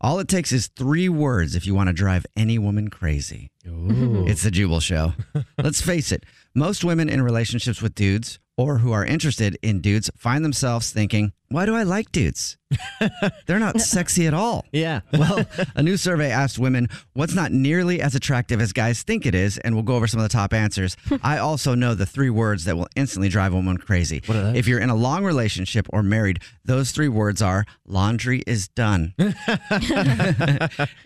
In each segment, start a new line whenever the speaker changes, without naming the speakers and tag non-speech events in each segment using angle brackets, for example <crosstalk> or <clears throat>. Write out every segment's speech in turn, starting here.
All it takes is three words if you want to drive any woman crazy. It's the Jubal Show. Let's face it, most women in relationships with dudes or who are interested in dudes find themselves thinking, why do I like dudes? <laughs> They're not sexy at all.
<laughs> Yeah.
Well, <laughs> a new survey asked women what's not nearly as attractive as guys think it is, and we'll go over some of the top
<laughs>
answers. I also know the three words that will instantly drive a woman crazy.
What are they?
If you're in a long relationship or married, those three words are laundry is done.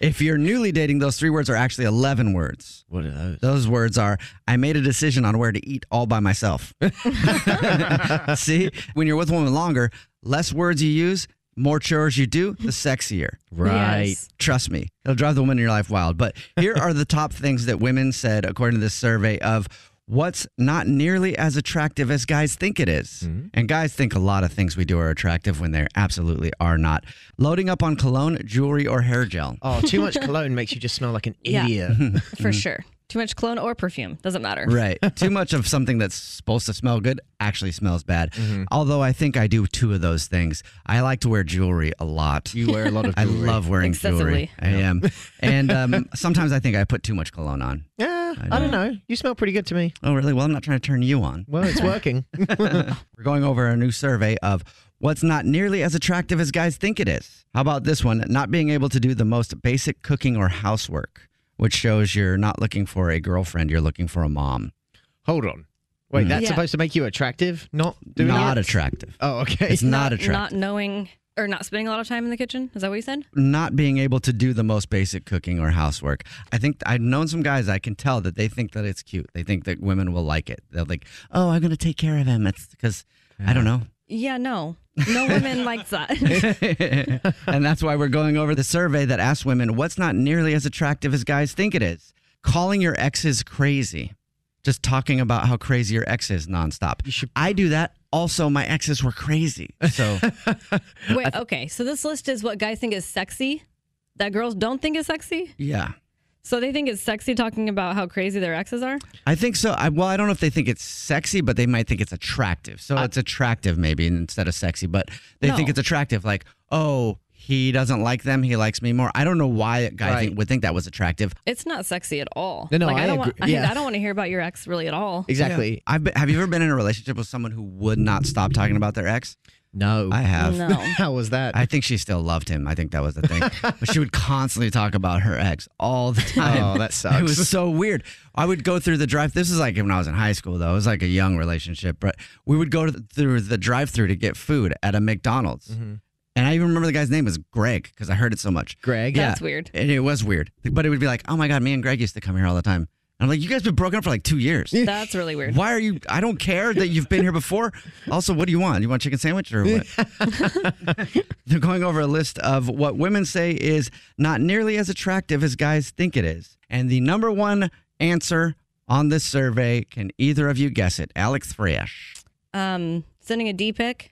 if you're newly dating, those three words are actually 11 words.
What are those?
Those words are I made a decision on where to eat all by myself.
<laughs>
See, when you're with a woman longer, less words you use, more chores you do, the sexier.
Right.
Trust me, it'll drive the woman in your life wild. But here are the top things that women said according to this survey of what's not nearly as attractive as guys think it is. And guys think a lot of things we do are attractive when they absolutely are not. Loading up on cologne, jewelry, or hair gel. Mm-hmm.
Oh, too much cologne makes you just smell like an
Yeah.
<laughs>
idiot.
<laughs> for sure. Too much cologne or perfume doesn't matter. <laughs>
Right. <laughs> Too much of something that's supposed to smell good actually smells bad.
Mm-hmm.
Although I think I do two of those things. I like to wear jewelry a lot.
You wear a lot of
<laughs> I
jewelry.
love wearing jewelry.
Excessively.
I am. And um, sometimes I think I put too much cologne on.
Yeah, I don't know. You smell pretty good to me.
Oh, really? Well, I'm not trying to turn you on.
Well, it's working.
<laughs>
<laughs>
We're going over a new survey of what's not nearly as attractive as guys think it is. How about this one? Not being able to do the most basic cooking or housework, which shows you're not looking for a girlfriend, you're looking for a mom.
Hold on. Wait, that's
Yeah.
supposed to make you attractive, not doing
not
that?
attractive.
Oh, okay.
It's
Not,
not, attractive.
not knowing or not spending a lot of time in the kitchen. Is that what you said?
not being able to do the most basic cooking or housework. I think I've known some guys I can tell that they think that it's cute. They think that women will like it. They're like, oh, I'm going to take care of him. It's because, I don't know. <laughs>
Yeah, no. No woman likes that.
and that's why we're going over the survey that asked women what's not nearly as attractive as guys think it is. Calling your exes crazy, just talking about how crazy your ex is nonstop. I do that. Also, my exes were crazy. So <laughs>
Wait, okay. So this list is what guys think is sexy that girls don't think is sexy.
yeah.
So they think it's sexy talking about how crazy their exes are.
I think so. I, well, I don't know if they think it's sexy, but they might think it's attractive. So it's attractive maybe instead of sexy, but they think
No.
it's attractive. Like, oh, he doesn't like them. He likes me more. I don't know why a guy
Right.
think, would think that was attractive.
It's not sexy at all.
No, no,
like,
I
don't
agree.
Want,
Yeah.
<laughs> I, don't want to hear about your ex really at all.
Exactly.
I've been, have you ever been in a relationship with someone who would not stop talking about their ex?
No.
I have.
No.
<laughs> How was that?
I think she still loved him. I think that was the
<laughs>
thing. but she would constantly talk about her ex all the time.
Oh, that sucks.
<laughs> It was so weird. I would go through the drive. This is like when I was in high school, though. It was like a young relationship, but we would go to the, through the drive-through to get food at a McDonald's.
Mhm.
And I even remember the guy's name was Greg because I heard it so much.
Greg.
Yeah.
That's weird.
And it was weird, but it would be like, oh my god, me and Greg used to come here all the time. And I'm like, you guys been broken up for like two years. <laughs>
That's really weird.
Why are you? I don't care that you've been here before. Also, what do you want? You want a chicken sandwich or what?
<laughs>
<laughs> They're going over a list of what women say is not nearly as attractive as guys think it is. And the number one answer on this survey can either of you guess it? Alex Fresh.
Um, sending a D pic.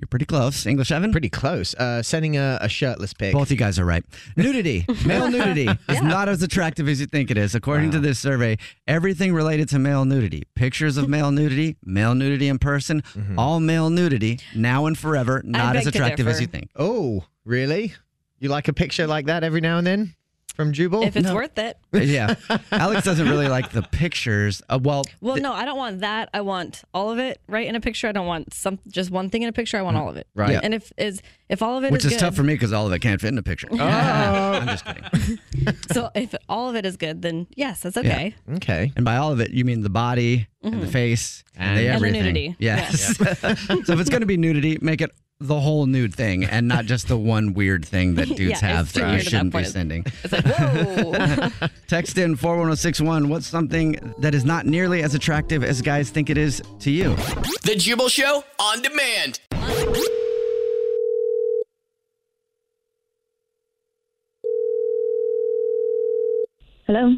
You're pretty close. English Evan?
Pretty close. Uh, sending a, a shirtless pic.
Both you guys are right. Nudity, male
<laughs>
nudity is not as attractive as you think it is. According to this survey, everything related to male nudity, pictures of male nudity, male nudity in person,
Mm-hmm.
all male nudity, now and forever, not
beg
as
to
attractive as
differ.
you think.
Oh, really? You like a picture like that every now and then from Jubal?
If it's worth
<laughs>
it.
Uh, Yeah. Alex doesn't really like the pictures. Uh, well,
Well, no, I don't want that. I want all of it right in a picture. I don't want some just one thing in a picture. I want all of it.
Right. Yeah.
And if is if all of it
which is
good, Oh.
tough for me because all of it can't fit in a picture.
Uh,
I'm
<laughs>
just kidding.
so if all of it is good, then yes, that's okay. Mm-hmm.
Okay.
And by all of it, you mean the body and the face and, the
And the
everything.
nudity.
Yes. <laughs> so if it's going to be nudity, make it the whole nude thing and not just the one weird thing that
<laughs>
dudes
Yeah, it's
have
too
that you
weird at that
shouldn't be
point.
sending.
It's like whoa.
<laughs> Text in 41061. What's something that is not nearly as attractive as guys think it is to you?
The Jubal Show on demand.
Hello.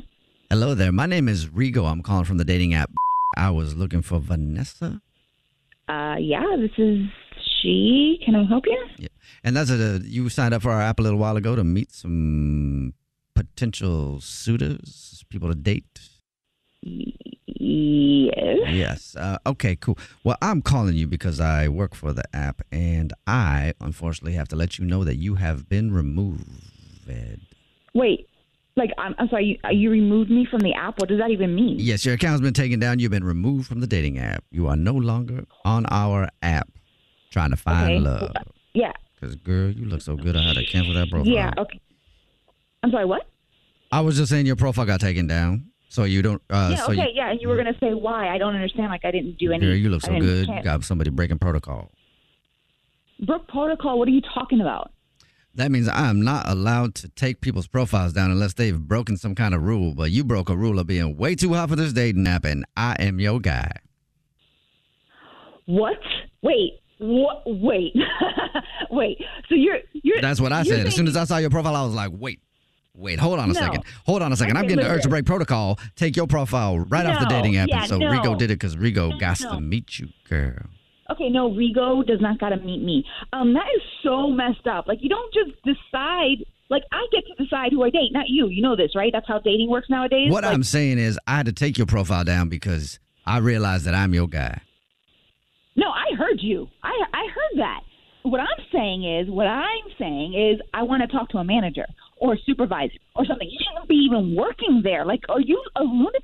Hello there. My name is Rigo. I'm calling from the dating app. I was looking for Vanessa.
Uh, yeah, this is she. Can I help you?
Yeah. And that's a you signed up for our app a little while ago to meet some potential suitors, people to date.
Yes.
Yes. Uh, okay, cool. Well, I'm calling you because I work for the app, and I unfortunately have to let you know that you have been removed.
Wait. Like, I'm, I'm sorry. You, uh, you removed me from the app. What does that even mean?
Yes, your account's been taken down. You've been removed from the dating app. You are no longer on our app trying to find
Okay. uh,
love.
Yeah.
Because, girl, you look so good. I had to cancel that profile.
Yeah. Okay. I'm sorry. What?
I was just saying your profile got taken down. So you don't. Uh,
yeah.
so
okay.
you,
yeah. And you were gonna say why? I don't understand. Like, I didn't do anything.
Girl, you look so good. You got somebody breaking protocol.
Brooke Protocol. What are you talking about?
That means I am not allowed to take people's profiles down unless they've broken some kind of rule. But you broke a rule of being way too hot for this dating app, and I am your guy.
What? Wait. What? Wait. <laughs> wait. So you're you're.
That's what I
you're
said. As soon
saying-
as I saw your profile, I was like, wait, wait, hold on a
No.
second. Hold on a second. I'm
Okay,
getting the urge to
listen.
break protocol. Take your profile right off the
No.
dating app.
Yeah,
and so
no.
Rigo did it because Rigo got
No.
to meet you, girl.
Okay, no, Rigo does not gotta meet me. Um, that is so messed up. Like you don't just decide. Like I get to decide who I date, not you. You know this, right? That's how dating works nowadays.
What
Like,
I'm saying is, I had to take your profile down because I realized that I'm your guy.
no, I heard you. I I heard that. What I'm saying is, what I'm saying is, I want to talk to a manager or a supervisor or something. You shouldn't be even working there. Like, are you a lunatic?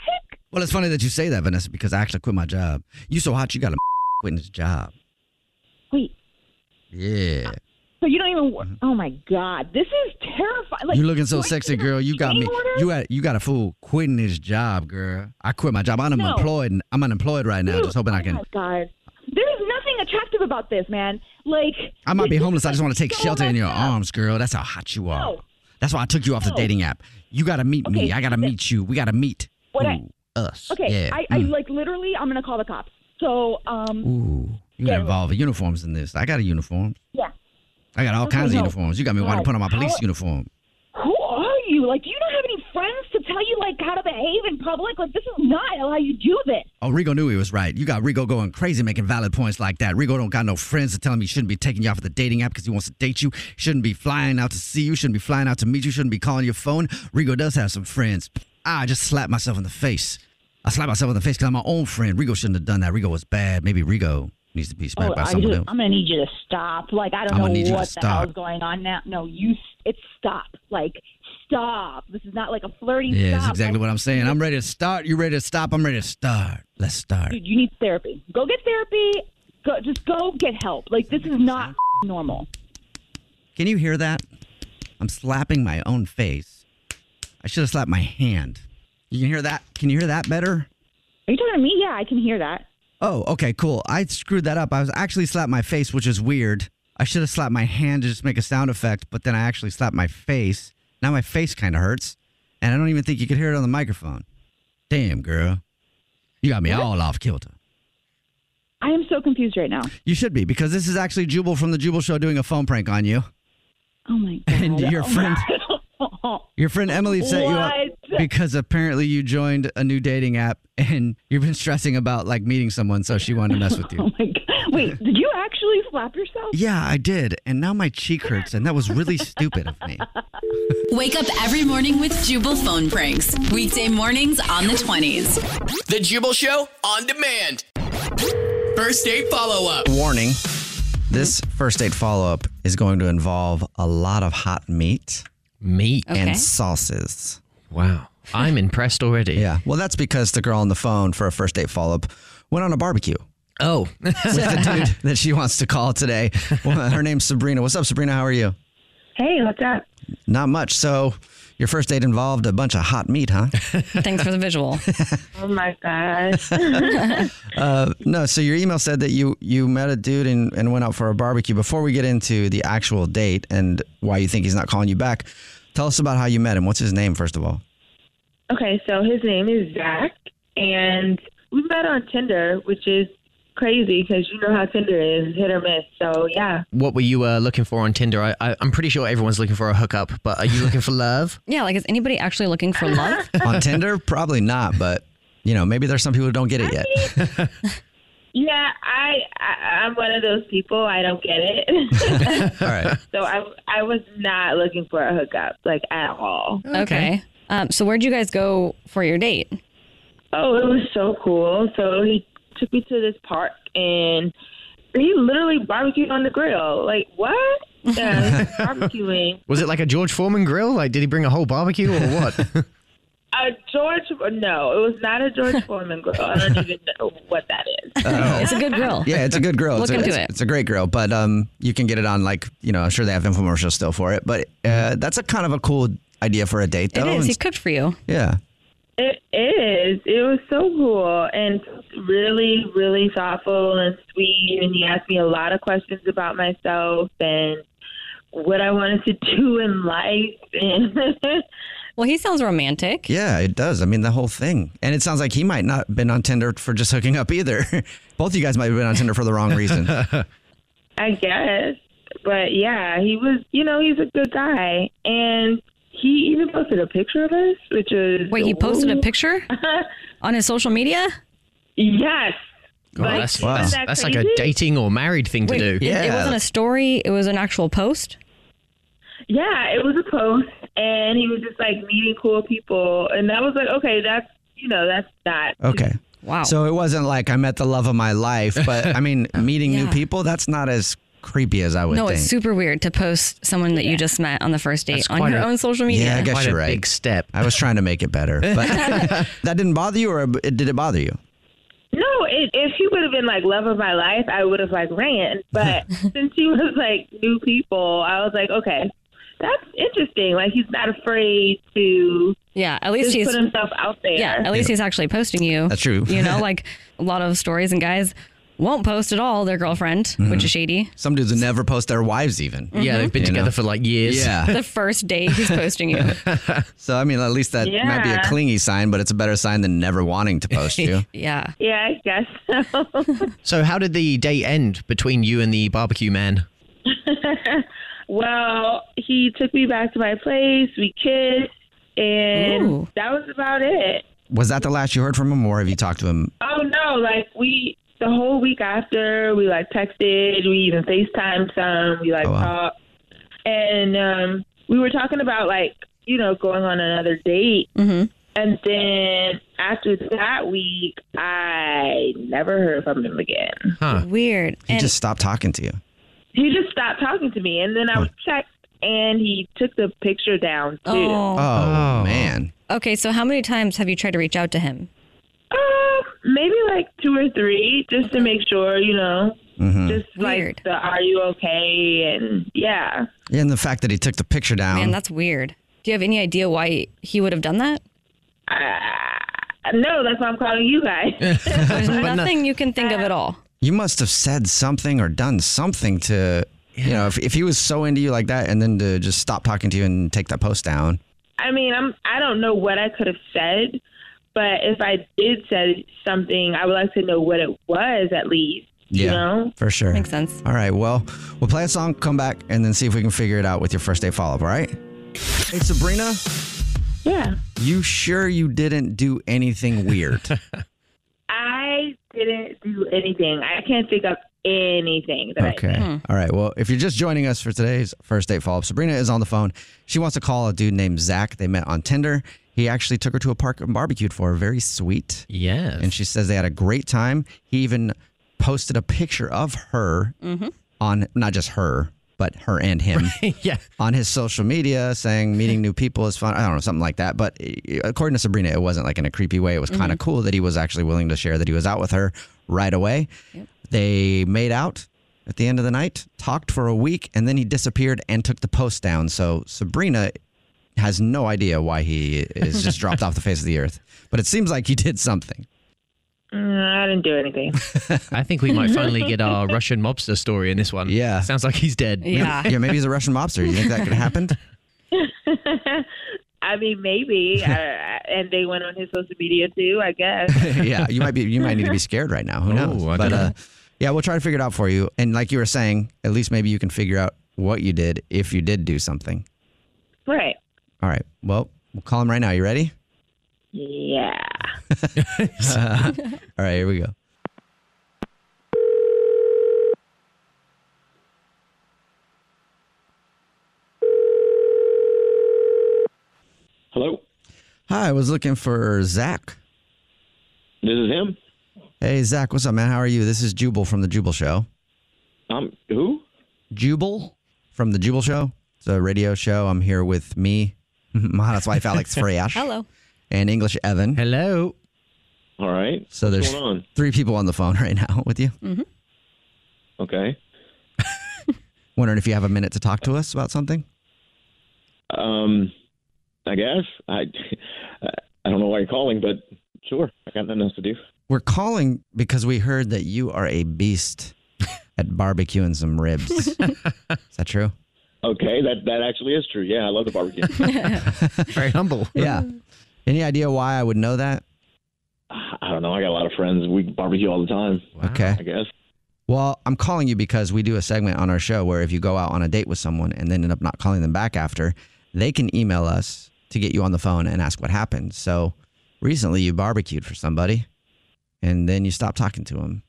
Well, it's funny that you say that, Vanessa, because I actually quit my job. You so hot, you got to <laughs> quit this job.
Wait,
Yeah.
so you don't even work? Oh my God, this is terrifying. Like,
you Mm-hmm. looking so
do I
sexy,
even
girl. You got
hang
me.
order?
You got you got a fool quitting his job, girl. I quit my job. I'm
No.
unemployed. and I'm unemployed right now.
Dude,
Just hoping I
oh
can.
my God. There is nothing attractive about this, man. Like
I might be
this is,
homeless. I just
like,
want to take
so
shelter in your
messed up.
arms, girl. That's how hot you are.
No.
That's why I took you off the
No.
dating app. You gotta meet me.
Okay,
I gotta meet you. We gotta meet.
What I-
Ooh, us.
Okay,
Yeah.
I, I
Mm.
like literally, I'm gonna call the cops. So, um,
Ooh. You
Yeah.
gotta involve uniforms in this. I got a uniform.
yeah.
I got all
Okay,
kinds
no.
of uniforms. You got me wanting to
God,
put on my
how-
police uniform.
Who are you? Like, do you not have any friends to tell you like how to behave in public? Like, this is not how you do this.
Oh, Rigo knew he was right. You got Rigo going crazy making valid points like that. Rigo don't got no friends to tell him he shouldn't be taking you off of the dating app because he wants to date you. Shouldn't be flying out to see you. Shouldn't be flying out to meet you. Shouldn't be calling your phone. Rigo does have some friends. I just slapped myself in the face. I slapped myself in the face because I'm my own friend. Rigo shouldn't have done that. Rigo was bad. Maybe Rigo needs to be smacked
Oh,
by
I
someone
just-
else.
I'm gonna need you to stop. Like, I don't
I'm gonna
know
need you to
what the hell
stop.
is going on now. No, you. It's stop. Like, stop. This is not like a flirty.
Yeah,
stop.
that's exactly
Like,
what I'm saying. I'm ready to start. You ready to stop? I'm ready to start. Let's start.
Dude, you need therapy. Go get therapy.
Go, just go get help. Like this is not normal.
Can you hear that? I'm slapping my own face. I should have slapped my hand. You can hear that? Can you hear that better?
Are you talking to me? Yeah, I can hear that.
Oh, okay, cool. I screwed that up. I was actually slapped my face, which is weird. I should have slapped my hand to just make a sound effect, but then I actually slapped my face. Now my face kind of hurts, and I don't even think you could hear it on the microphone. Damn, girl. You got me all off kilter.
I am so confused right now.
You should be, because this is actually Jubal from the Jubal Show doing a phone prank on you.
Oh my god.
<laughs> And your
<laughs>
friend your friend Emily set you up
What?
because apparently you joined a new dating app and you've been stressing about like meeting someone, so she wanted to mess with you.
Wait, did you actually slap yourself?
Yeah, I did. And now my cheek hurts, and that was really stupid of me.
Wake up every morning with Jubal phone pranks. Weekday mornings on the 20s.
The Jubal Show on demand. First date follow up.
Warning this first date follow up is going to involve a lot of hot meat, meat,
Okay.
and sauces. Wow. I'm impressed already. Yeah. Well, that's because the girl on the phone for a first date follow up went on a barbecue. Oh, <laughs> with the dude that she wants to call today. Well, her name's Sabrina. What's up, Sabrina? How are you?
Hey, what's up?
Not much. So, your first date involved a bunch of hot meat, huh? <laughs>
Thanks for the visual.
Oh my gosh.
Uh, no, so your email said that you you met a dude and, and went out for a barbecue. Before we get into the actual date and why you think he's not calling you back, tell us about how you met him. What's his name, first
<laughs>
of all?
Okay, so his name is Zach, and we met on Tinder, which is crazy because you know how Tinder is hit or miss. So yeah,
What were you uh, looking for on Tinder? I, I, I'm pretty sure everyone's looking for a hookup, but are you looking for love?
<laughs> Yeah, like is anybody actually looking for love?
On Tinder, probably not, but you know maybe there's some people who don't get it yet.
yeah, I, I I'm one of those people. I don't get <laughs> it.
<laughs> all right.
so I I was not looking for a hookup like at all.
Okay. Um, so where'd you guys go for your date?
Oh, it was so cool. So he took me to this park and he literally barbecued on the grill. Like what? <laughs> Yeah, he was barbecuing.
Was it like a George Foreman grill? Like, did he bring a whole barbecue or <laughs> what?
A George? No, it was not a
<laughs>
George Foreman grill. I don't even know what that is.
<laughs> It's a good grill.
Yeah, it's a good grill. it's
Look
a,
into it.
it's, It's a great grill, but um, you can get it on like you know I'm sure they have infomercials still for it, but uh, that's a kind of a cool idea for a date though.
is. He
cooked for you.
Yeah.
It is. It was so cool and really, really thoughtful and sweet. And he asked me a lot of questions about myself and what I wanted to <laughs> do in life. And <laughs>
Well, he sounds
<laughs>
romantic.
Yeah, it does. I mean, the whole thing. And it sounds like he might not have been on Tinder for just hooking up either. <laughs> Both of you guys might have been on Tinder for the wrong
<laughs>
reason.
I guess. But yeah, he was, you know, he's a good guy. And he even posted a picture of us, which is.
Wait, he posted a picture
<laughs>
on his social media?
Yes.
Oh, that's that's, that's like a dating or married thing
Wait,
to
it-
do.
It, wasn't a story. It was an actual post.
Yeah, it was a post, and he was just like meeting cool people, and that was like, okay, that's you know, that's that.
Okay.
Wow.
So it wasn't like I met the love of my life, but I mean, meeting
<laughs>
new
Yeah.
people, that's not as creepy as I would
no,
think.
it's super weird to post someone that you just met on the first date
That's
on
quite
your
a-
own social media.
Yeah, I guess
Quite a
you're right.
big step.
I was trying to make it better,
<laughs>
but <laughs> that didn't bother you, or it, did it bother you?
No, it, if he would have been like love of my life, I would have like
<laughs>
ran. But since he was like new people, I was like, okay, that's interesting. Like he's not afraid to
yeah, at least
just
he's
put himself out there.
Yeah, at least he's actually posting you.
That's true.
You
<laughs>
know, like a lot of stories and guys won't post at all their girlfriend,
Mm-hmm.
which is shady.
Some dudes would never post their wives, even.
Yeah, they've been
together for like years.
Yeah.
<laughs> The first date he's posting
<laughs>
you.
so, I mean, at least that might be a
Yeah.
clingy sign, but it's a better sign than never wanting to post you.
Yeah.
Yeah, I guess so. <laughs>
So, how did the date end between you and the barbecue man?
well, he took me back to my place. We kissed, and
Ooh.
that was about it.
Was that the last you heard from him, or have you talked to him
Oh no! Like we the whole week after we like texted, we even FaceTimed some, we like
Oh, wow.
talked, and um, we were talking about like you know going on another date.
Mm-hmm.
And then after that week, I never heard from him again.
Huh.
Weird.
He just stopped talking to you.
He just stopped talking to me, and then I was checked, and he took the picture down too.
Oh.
Oh, man.
Okay, so how many times have you tried to reach out to him?
Um, Maybe like two or three, just to make sure, you know.
Mhm.
Just like the "Are you okay?" and yeah.
Yeah, and the fact that he took the picture down.
Man, that's weird. Do you have any idea why he would have done that?
Uh, no, that's why I'm calling you guys.
There's
<laughs> But no-
nothing you can think of at all.
you must have said something or done something to, you know, if, if he was so into you like that and then to just stop talking to you and take that post down.
I mean, I'm I don't know what I could have said, but if I did said something, I would like to know what it was at least.
Yeah,
You know?
for sure.
Makes sense.
All right, well, we'll play a song, come back, and then see if we can figure it out with your first date follow up, all right? Hey, Sabrina.
Yeah.
You sure you didn't do anything weird?
I didn't do anything. I can't think of anything that I Hmm.
okay.
did.
All right, well, if you're just joining us for today's first date follow up, Sabrina is on the phone. She wants to call a dude named Zach. They met on Tinder. He actually took her to a park and barbecued for her. Very sweet.
Yes.
And she says they had a great time. He even posted a picture of her
Mm.
Mm-hmm.
<laughs>
Mhm.
on not just her, but her and him.
yeah.
<laughs> On his social media, saying meeting new people is fun. I don't know, something like that. But eh, according to Sabrina, it wasn't like in a creepy way. It was kind of
Mhm.
cool that he was actually willing to share that he was out with her right away. They made out at the end of the night, talked for a week, and then he disappeared and took the post down. So Sabrina has no idea why he is just dropped off the face of the earth. But it seems like he did something.
Mm, I didn't do
<laughs>
anything.
I think we might finally get
<laughs>
our Russian mobster story in this one. Yeah. Sounds like he's dead.
Yeah.
Yeah, maybe he's a Russian mobster. You think that could
<laughs>
happen?
I mean,
<laughs>
maybe. I, I- and they went on his social media too, I guess.
yeah, you might be you might need to be scared right now. Who knows?
I
but
dunno.
uh, yeah, we'll try to figure it out for you. And like you were saying, at least maybe you can figure out what you did if you did do something.
Right.
All right. Well, we'll call him right now. You ready? <laughs>
Yeah.
all right. Here we go.
Hello,
Hi, I was looking for Zach.
this is him.
Hey, Zach. What's up, man? How are you? This is Jubal from the Jubal Show.
Um, who?
Jubal from the Jubal Show. It's a radio show. I'm here with me, <laughs> my hottest wife,
<laughs>
Alex Freyash.
Hello.
And English Evan.
Hello.
All right.
So
What's
there's
going on?
three people on the phone <laughs> right now with you.
Okay.
<laughs> Wondering if you have a minute to talk to us about something.
Um, I guess I, I don't know why you're calling, but sure, I got nothing else to do.
We're calling because we heard that you are a beast <laughs> at barbecuing some ribs. Is that true?
Okay, that that actually is true. Yeah, I love the
<laughs>
barbecue.
Very humble. <laughs> Yeah. Any idea why I would know that?
I don't know. I got a lot of friends. We barbecue all the time.
Okay.
I guess.
Well, I'm calling you because we do a segment on our show where if you go out on a date with someone and then end up not calling them back after, they can email us to get you on the phone and ask what happened. So recently you barbecued for somebody and then you stopped talking to them.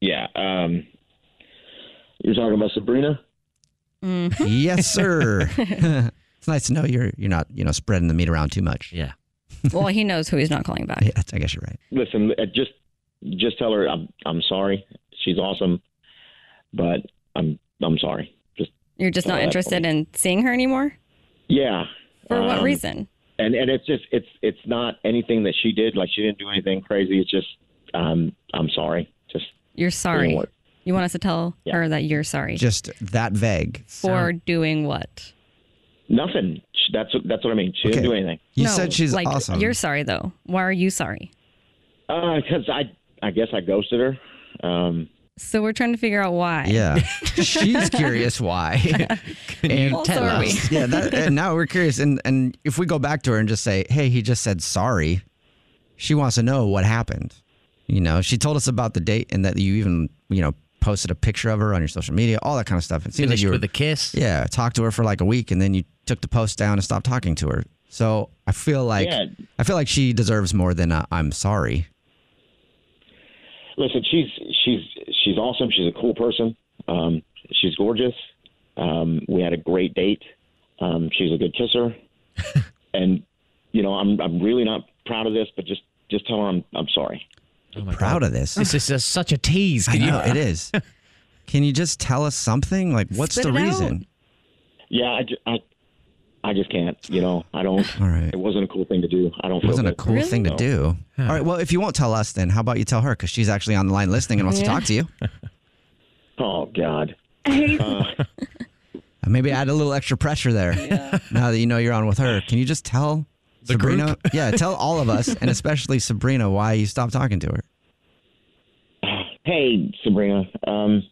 Yeah. Um, you're talking about Sabrina.
yes, sir. <laughs> it's nice to know you're you're not you know spreading the meat around too much. Yeah.
Uh,
Well, he knows who he's not calling back.
Yeah, that's- I guess you're right.
Listen, uh, just just tell her I'm I'm sorry. She's awesome, but I'm I'm sorry. Just
You're just not
Uh,
interested in seeing her anymore?
yeah.
For what
Um,
reason?
and and it's just it's it's not anything that she did. Like she didn't do anything crazy. It's just um I'm sorry. Just
You're sorry.
what?
You want us to tell her that you're sorry.
Just that vague.
for doing what?
nothing. She- That's what- that's what I mean. She didn't do anything.
No, like, You're sorry though. Why are you sorry?
because Uh, I I guess I ghosted her. Um,
So we're trying to figure out why.
Yeah. She's curious
<laughs>
why. and
Also, tell are we? us?
yeah, that, and now we're curious. And and if we go back to her and just say, hey, he just said sorry, she wants to know what happened. You know, she told us about the date and that you even, you know, posted a picture of her on your social media, all that kind of stuff. It seems like
Finished
you were,
with a kiss.
Yeah, talked to her for like a week and then you took the post down and stopped talking to her. So I feel like
Yeah.
I feel like she deserves more than i I'm sorry.
listen, she's she's she's awesome. She's a cool person. Um, she's gorgeous. Um, we had a great date. Um, she's a good
<laughs>
kisser, and you know I'm I'm really not proud of this, but just just tell her I'm I'm sorry.
proud of this.
This is just such a tease.
I
Can you-
know it
<laughs>
is. Can you just tell us something? Like, what's
Spit
the
it out.
reason?
Yeah, I, ju- I, I just can't. You know, I don't.
All right.
It wasn't a cool thing to do. I don't.
It wasn't
feel
a cool thing to do. All right. Well, if you won't tell us, then how about you tell her? Because she's actually on the line listening and wants to
Yeah.
talk to
<laughs>
you.
Oh God. Uh,
Uh, Maybe add a little extra pressure there. Now that you know you're on with her, can you just tell Sabrina? <laughs> Yeah, tell all of us and especially Sabrina why you stopped talking to her.
Hey, Sabrina. Um,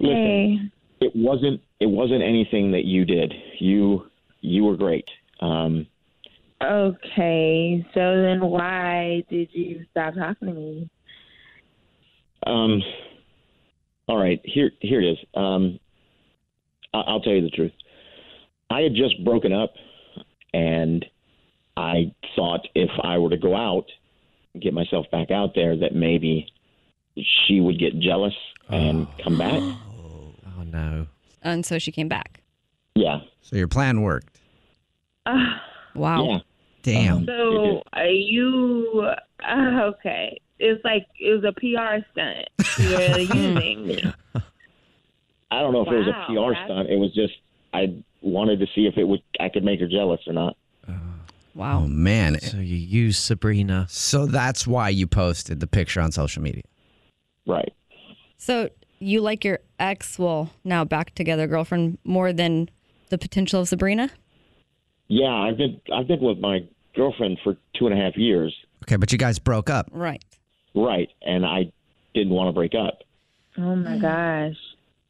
listen, it wasn't it wasn't anything that you did. You you were great. Um,
Okay, so then why did you stop talking to me?
um, all right, here here it is. Um, I, I'll tell you the truth. I had just broken up, and I thought if I were to go out, get myself back out there, that maybe she would get jealous and come back.
Oh no.
And so she came back.
Yeah.
So your plan worked.
Uh,
Wow.
Damn.
so uh, you uh, okay? It's like it was a PR stunt. You're using me.
<laughs> I don't know if it was
Wow,
a PR
that's-
stunt. It was just I wanted to see if it would I could make her jealous or not.
Wow.
Oh man. So you use Sabrina. So that's why you posted the picture on social media.
Right.
So you like your ex, well, now back together girlfriend more than the potential of Sabrina? <laughs>
Yeah, I've been I've been with my girlfriend for two and a half years.
Okay, but you guys broke up.
Right.
Right, and I didn't want to break up.
Oh my gosh!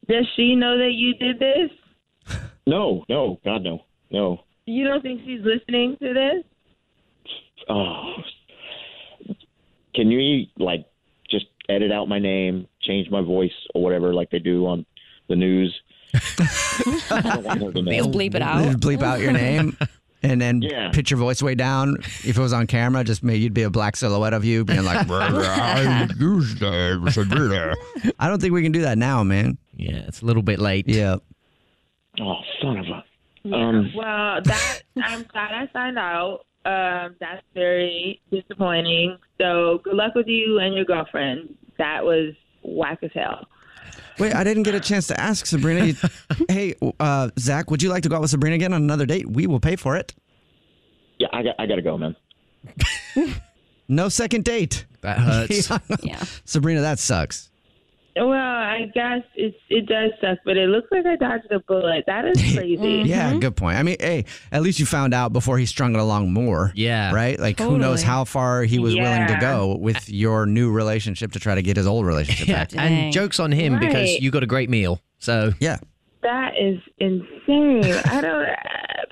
Does she know that you did this?
No, no, God no, no.
You don't think she's listening to this?
Oh, can you like just edit out my name, change my voice or whatever, like they do on
<laughs>
the news? I don't want her to know.
They'll bleep it out.
They'd bleep out
<laughs>
your name and then pitch your voice way down. If it was on camera, just maybe you'd be a black silhouette of you being
<laughs>
like, "I used to, Sabrina." I don't think we can do that now, man. Yeah, it's a little bit late. Yeah.
Oh, son of a.
Um,
Well, that I'm glad I signed out. Um, that's very disappointing. So good luck with you and your girlfriend. That was whack as hell.
Wait, I didn't get a chance to ask Sabrina. <laughs> You, hey, uh, Zach, would you like to go out with Sabrina again on another date? We will pay for it.
<laughs> Yeah, I got I gotta go, man.
No second date. That
hurts.
<laughs>
yeah.
Sabrina, that sucks.
Well, I guess it's it does suck, but it looks like I dodged a bullet. That is crazy.
Yeah, good point. I mean, hey, at least you found out before he strung it along more. Yeah. Right? Like, who knows
Totally.
how far he was willing to
Yeah.
go with your new relationship to try to get his old
<laughs>
relationship
Yeah,
back.
and jokes on him because
Right.
you got a great meal. So
yeah,
That is insane. I don't. uh,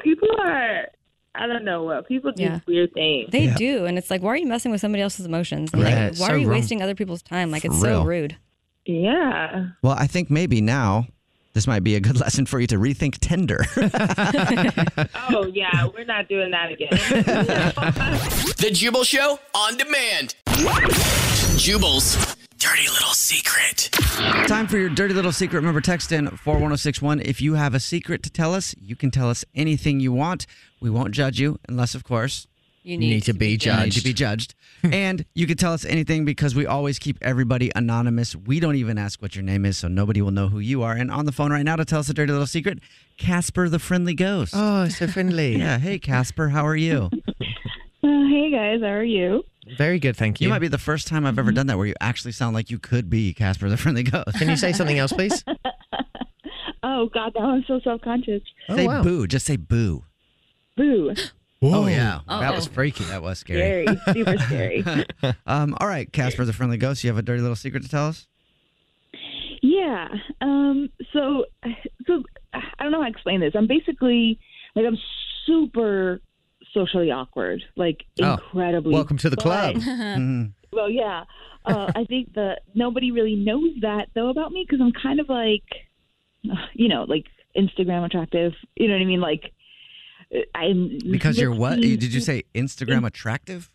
People are. I don't know what people do
Yeah.
weird things.
They do. And it's like, why are you messing with somebody else's emotions? And
Right.
like,
It's
why
so
are you
wrong.
wasting other people's time? Like,
For
it's
real.
so rude.
Yeah.
Well, I think maybe now this might be a good <laughs> lesson for you to rethink Tinder. <laughs>
Oh yeah, we're not doing that again.
<laughs> The Jubal Show on demand. Jubal's dirty little secret.
Time for your dirty little secret. Remember, text in 41061. If you have a secret to tell us, you can tell us anything you want. We won't judge you, unless, of course,
You need
to be
You need to
judged. <laughs>
be judged. and you can tell us anything because we always keep everybody anonymous. We don't even ask what your name is, so nobody will know who you are. And on the phone right now to tell us a dirty little secret, Casper the friendly ghost.
Oh, so friendly.
<laughs> yeah. Hey, Casper, how are you?
Uh, hey guys, how are you?
Very good, thank you. You might be the first time I've ever done that where you actually sound like you could be Casper the friendly ghost.
Can you say something else,
<laughs>
please?
Oh God, now I'm so self-conscious.
say boo. Just say boo.
Boo.
Oh yeah, that
Uh-oh.
was freaky. That was scary.
Scary, super scary.
<laughs> um, all right, Casper the friendly ghost. You have a dirty little secret to tell us.
Yeah. Um. So, so I don't know how to explain this. I'm basically like I'm super socially awkward, like
Oh.
incredibly.
Welcome to the
<laughs>
club.
But-
Mm-hmm.
Well, yeah. Uh, I think that nobody really knows that though about me because I'm kind of like, you know, like Instagram attractive. You know what I mean? Like, uh, I'm
Because
<laughs>
you're what?
literally-
Did you say Instagram attractive?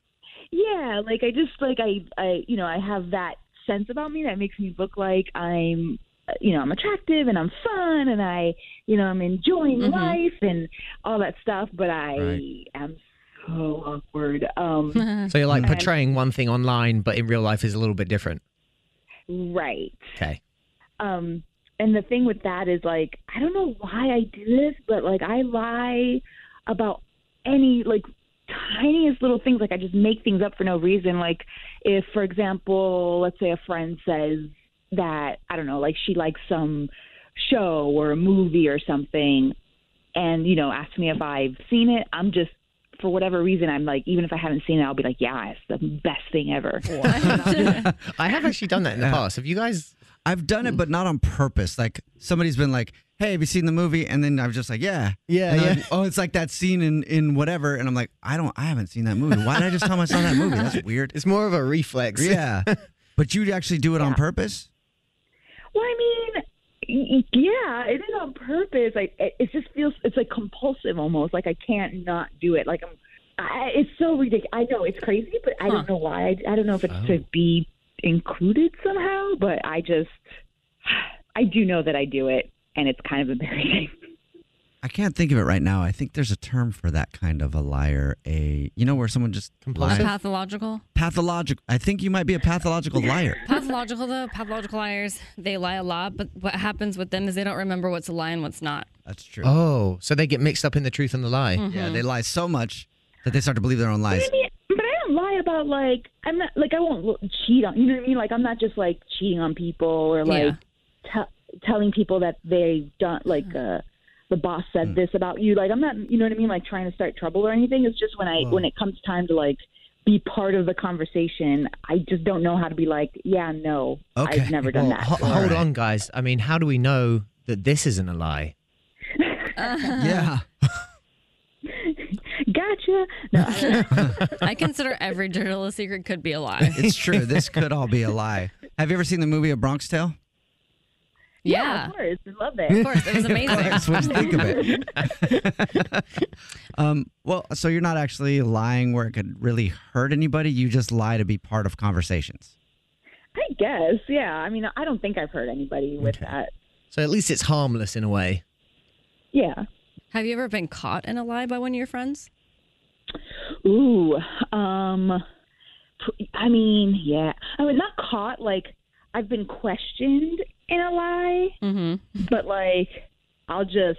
Yeah, like I just like I I you know I have that sense about me that makes me look like I'm uh, you know I'm attractive and I'm fun and I you know I'm enjoying
Mhm.
life and all that stuff, but I
Mm-hmm. Right.
am so awkward. Um,
<laughs> So you're like
and-
portraying one thing online, but in real life is a little bit different.
right?
Okay.
Um, and the thing with that is like I don't know why I do this, but like I lie about any like tiniest little things. Like I just make things up for no reason. Like if, for example, let's say a friend says that I don't know, like she likes some show or a movie or something, and you know asks me if I've seen it, I'm just for whatever reason, I'm like, even if I haven't seen it, I'll be like, yeah, it's the best thing ever.
<laughs>
I have actually done that in the past. Have you guys?
I've done it, but not on purpose. Like somebody's been like, "Hey, have you seen the movie?" And then I'm just like, "Yeah,
Yeah,
And then,
yeah.
oh, it's like that scene in in whatever, and I'm like, "I don't, I haven't seen that movie. Why did I just tell myself that movie? That's weird."
It's more of a reflex.
<laughs> Yeah, but you actually do it on purpose.
Well, I mean, y- yeah, it is on purpose. Like it, it just feels it's like compulsive almost. Like I can't not do it. Like I'm, I, it's so ridiculous. I know it's crazy, but I don't know why. I, I don't know if it's to be included somehow, but I just, <sighs> I do know that I do it, and it's kind of embarrassing.
I can't think of it right now. I think there's a term for that kind of a liar. A you know where someone just lies.
Pathological.
pathological. I think you might be a pathological
<laughs>
liar.
Pathological though, pathological liars, they lie a lot, but what happens with them is they don't remember what's a lie and what's not.
That's true.
Oh, so they get mixed up in the truth and the lie.
Mm-hmm.
Yeah, they lie so much that they start to believe their own lies.
But I mean- but I don't lie about like I'm not like I won't lo- cheat on you know what I mean. Like I'm not just like cheating on people or like te- telling people that they don't like uh, the boss said
Hmm.
this about you. Like I'm not you know what I mean. Like trying to start trouble or anything. It's just when I
Wow.
when it comes time to like be part of the conversation, I just don't know how to be like yeah no. I've never done
Well,
that.
ho- hold on, guys. I mean, how do we know that this isn't a lie?
<laughs> yeah.
<laughs> gotcha. No,
<laughs> I consider every journalist secret could be a lie.
It's true. This could all be a lie. Have you ever seen the movie A Bronx Tale?
Yeah.
of course. I love
Of course.
<laughs>
It was amazing.
Of course, what'd you think of it?
<laughs>
um, well, so you're not actually lying where it could really hurt anybody. You just lie to be part of conversations.
<laughs> I guess yeah. I mean I don't think I've hurt anybody with that.
So at least it's harmless in a way.
Yeah.
Have you ever been caught in a lie by one of your friends?
Ooh, um, p- I mean, yeah, I mean, not caught. Like I've been questioned in a lie,
Mm-hmm.
but like I'll just,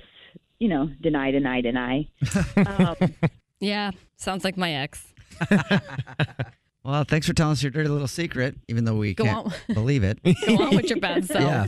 you know, deny, deny, deny.
Yeah. Sounds like
<laughs>
my ex.
Well, thanks for telling us your dirty little secret, even though we
Go
can't
on.
<laughs> believe it.
<laughs> Go on with your bad self.
yeah.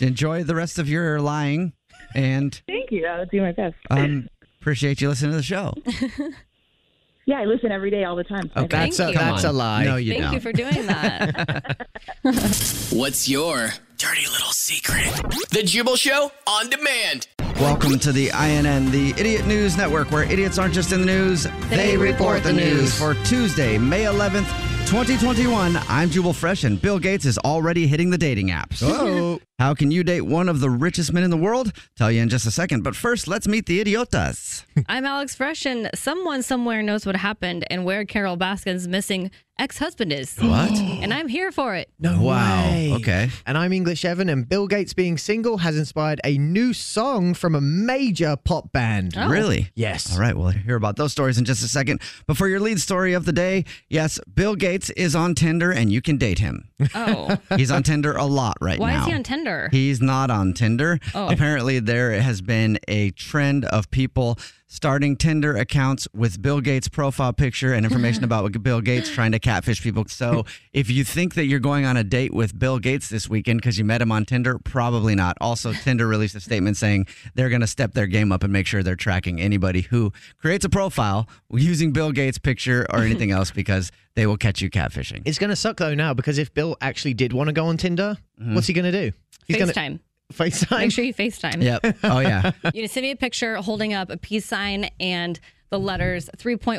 Enjoy the rest of your lying and
Thank you. I'll do my best.
um, appreciate you listening to the show. <laughs>
yeah, I listen every day, all the time.
Okay. That's a- Thank you. that's a lie. No, you
Thank
don't.
you for
<laughs>
doing that.
<laughs>
What's your dirty little secret? The Jubal Show on demand.
Welcome to the INN, the Idiot News Network, where idiots aren't just in the news, they, report the news. For Tuesday, May 11th, 2021, I'm Jubal Fresh, and Bill Gates is already hitting the dating apps.
Whoa.
<laughs> How can you date one of the richest men in the world? Tell you in just a second, but first, let's meet the idiotas.
I'm Alex Fresh, and someone somewhere knows what happened and where Carol Baskin's missing ex husband is.
<gasps> What?
<gasps> And I'm here for it.
No
Wow.
way.
Okay.
And I'm English Evan, and Bill Gates being single has inspired a new song from a major pop band.
Oh.
Really?
Yes.
All right, we'll hear about those stories in just a second. But for your lead story of the day, yes, Bill Gates is on Tinder, and you can date him.
Oh.
He's on Tinder a lot right
Why
now.
is he on Tinder?
He's not on Tinder.
Oh.
Apparently, there has been a trend of people starting Tinder accounts with Bill Gates' profile picture and
<laughs>
information about Bill Gates trying to catfish people. So, if you think that you're going on a date with Bill Gates this weekend because you met him on Tinder, probably not. Also, Tinder released a statement saying they're going to step their game up and make sure they're tracking anybody who creates a profile using Bill Gates' picture or
<laughs>
anything else because they will catch you catfishing.
It's going to suck though now because if Bill actually did want to go on Tinder,
Mm-hmm.
what's he going to do? He's gonna-
FaceTime.
FaceTime.
Make <laughs> sure you
<laughs>
FaceTime.
Yep.
<laughs>
Oh, yeah.
You send me a picture holding up a peace sign and the letters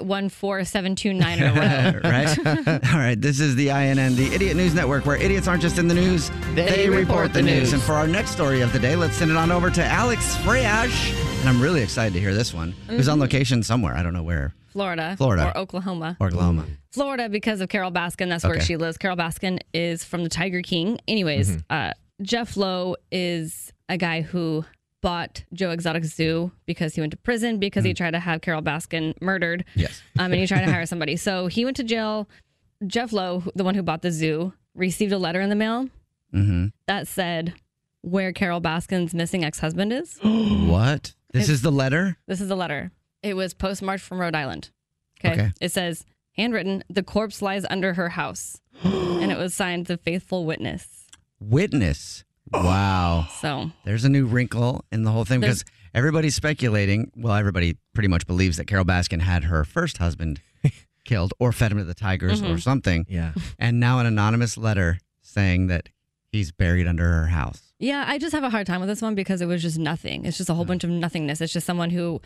3.14729
<laughs>
or whatever.
right? <laughs> All right. This is the INN, the Idiot News Network, where idiots aren't just in the news, they, report the news. And for our next story of the day, let's send it on over to Alex Friash. And I'm really excited to hear this one. Who's on
Mhm.
location somewhere. I don't know where.
Florida.
Florida.
Or Oklahoma.
Or Oklahoma.
Florida because of Carol Baskin. That's where
Okay.
she lives. Carol Baskin is from the Tiger King. Anyways,
Mhm.
uh, Jeff Lowe is a guy who bought Joe Exotic Zoo because he went to prison because he tried to have Carol Baskin murdered.
Yes.
Um, and he tried to <laughs> hire somebody. So he went to jail. Jeff Lowe, who- the one who bought the zoo, received a letter in the mail
Mm-hmm.
that said, where Carol Baskin's missing ex husband is. <gasps>
What? This is the letter?
This is the letter. It was postmarked from Rhode Island. Okay.
Okay.
It says, handwritten, the corpse lies under her
<gasps>
house. and it was signed the faithful witness.
Witness. Wow.
So
There's a new wrinkle in the whole thing
There's-
because everybody's speculating. Well, everybody pretty much believes that Carol Baskin had her
<laughs>
first husband killed or fed him to the tigers or
Mm-hmm.
Mhm.
something.
Yeah.
And now an anonymous letter saying that he's buried under her house.
Yeah, I just have a hard time with this one because it was just nothing. It's just a whole bunch of nothingness. It's just someone who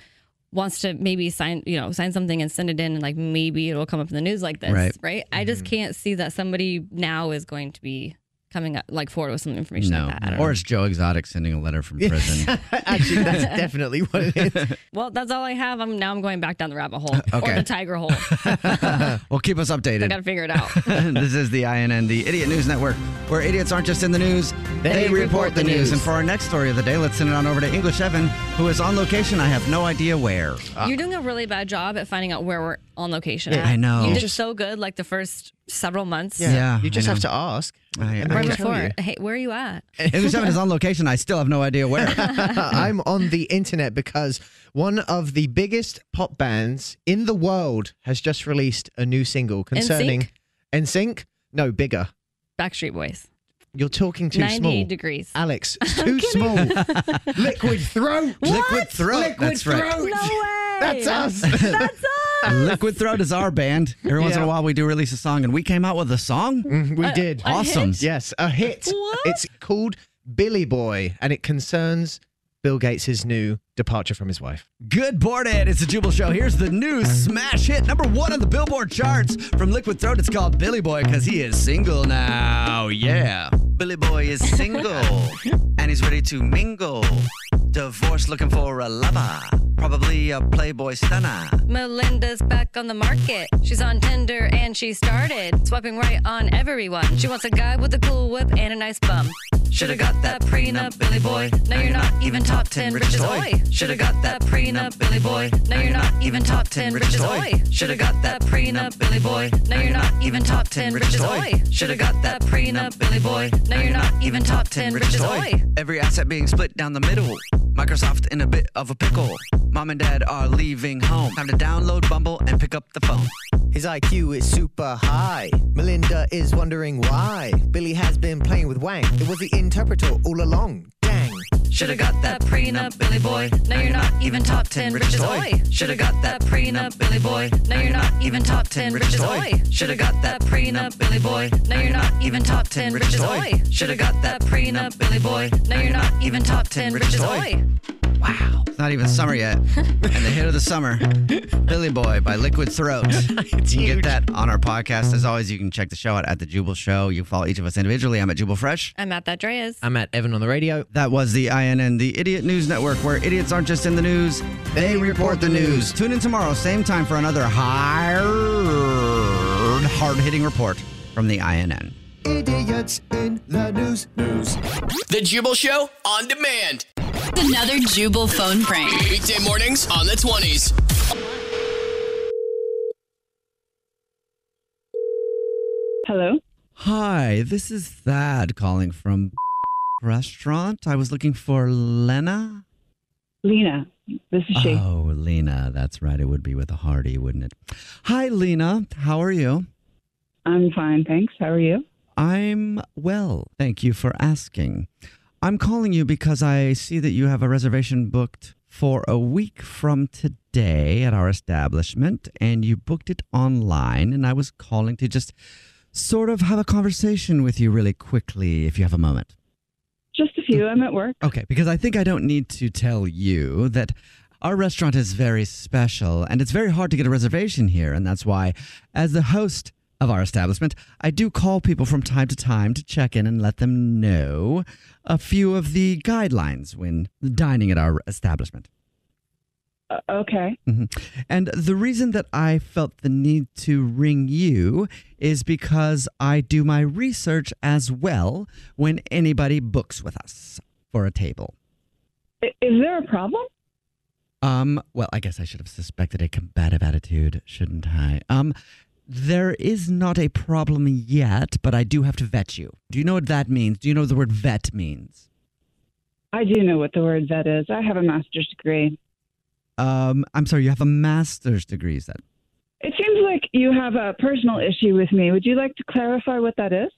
wants to maybe sign, you know, sign something and send it in and like maybe it'll come up in the news like this,
Right. Mm-hmm.
right? I just can't see that somebody now is going to be coming up like forward with some information
no.
like that. I don't
or
know.
it's Joe Exotic sending a letter
<laughs>
from prison.
Actually, that's definitely what it is. <laughs>
Well, that's all I have. I'm now I'm going back down the rabbit hole
<laughs> Okay.
or the tiger hole.
<laughs> well, keep us
I
updated.
got to figure it out.
<laughs> this is the INN, the Idiot News Network, where idiots aren't just in the news, they, report, the news. And for our next story of the day, let's send it on over to English Evan, who is on location. I have no idea where. Uh,
You're doing a really bad job at finding out where we're on location.
Ah. Yeah,
at.
I know.
You
You
did
just-
so good like the first several months.
Yeah, Yeah,
you just
I
have
know.
to ask.
I,
Right
I-
before. Hey, where are you
<laughs>
at?
English Evan is on location. I still have no idea where.
<laughs> I'm on the internet because one of the biggest pop bands in the world has just released a new single concerning NSYNC. No, bigger.
<laughs> Backstreet Boys.
You're talking too
98
small.
degrees.
Alex,
<laughs>
it's too small. <laughs> Liquid throat.
Liquid Throat.
Liquid
That's right.
<laughs> throat.
way.
That's us. <laughs>
Liquid Throat is our band. Every once in a
Yeah. Mm,
while, we do release a song, and we came out with a song. Uh,
we did.
Awesome.
Yes, a hit. It's called Billy Boy, and it concerns Bill Gates' new departure from his wife.
Good morning. It's the Jubal Show. Here's the new smash hit, number one on the Billboard charts from Liquid Throat. It's called Billy Boy because he is single now. Yeah. Billy Boy is single and he's ready to mingle. Divorced looking for a lover, probably a Playboy stunner.
Melinda's back on the market. She's on Tinder and she started swiping right on everyone. She wants a guy with a cool whip and a nice bum. Shoulda got that prenup, Billy boy. No, you're not even top 10 richest oi. Shoulda got that prenup, Billy boy. No, you're not even top 10 richest oi. Shoulda got that prenup, Billy boy. No, you're not even top 10 richest oi. Shoulda got that prenup, Billy boy. No, you're not even top 10 richest oi.
Every asset being split down the middle. Microsoft in a bit of a pickle. Mom and dad are leaving home. Time to download Bumble and pick up the phone.
His IQ is super high. Melinda is wondering why. Billy has been playing with Wang. It was the interpreter all along. Dang.
Shoulda got that prenup, Billy boy. No, you're not even top 10 richest oi. Shoulda got that prenup, Billy boy. No, you're not even top 10 richest oi. Shoulda got that prenup, Billy boy. No, you're not even top 10 richest oi. Shoulda got that prenup, Billy boy. No, you're not even top 10 richest oi.
It's not even summer yet. and the hit of the summer, Billy Boy by Liquid Throat. you can get that on our podcast. As always, you can check the show out at The Jubal Show. You can follow each of us individually. I'm at Jubal Fresh.
I'm at that Dreas.
I'm at Evan on the radio. That was the INN, the Idiot News Network, where idiots aren't just in the news, they report the news. Tune in tomorrow, same time, for another hard, hard hitting report from the INN.
Idiots in the news.
News.
The Jubal Show on demand.
Another Jubal phone prank.
Weekday mornings on the 20s.
Hello. Hi, this is Thad calling from <laughs> restaurant. I was looking for Lena.
Lena, this is she.
Oh, Lena, that's right. It would be with a Hardy, wouldn't it? Hi, Lena. How are you?
I'm fine, thanks. How are you?
I'm well. Thank you for asking. I'm calling you because I see that you have a reservation booked for a week from today at our establishment, and you booked it online. And I was calling to just sort of have a conversation with you really quickly if you have a moment.
Just a few. I'm at work.
Okay, because I think I don't need to tell you that our restaurant is very special and it's very hard to get a reservation here. And that's why, as the host of our establishment, I do call people from time to time to check in and let them know a few of the guidelines when dining at our establishment.
Uh, okay.
Mhm. And the reason that I felt the need to ring you is because I do my research as well when anybody books with us for a table.
I- Is there a problem?
Um, well, I guess I should have suspected a combative attitude, shouldn't I? Um, there is not a problem yet, but I do have to vet you. Do you know what that means? Do you know what the word vet means?
I do know what the word vet is. I have a master's degree.
Um, I'm sorry, you have a master's degree. Is that
It seems like you have a personal issue with me. Would you like to clarify what that is?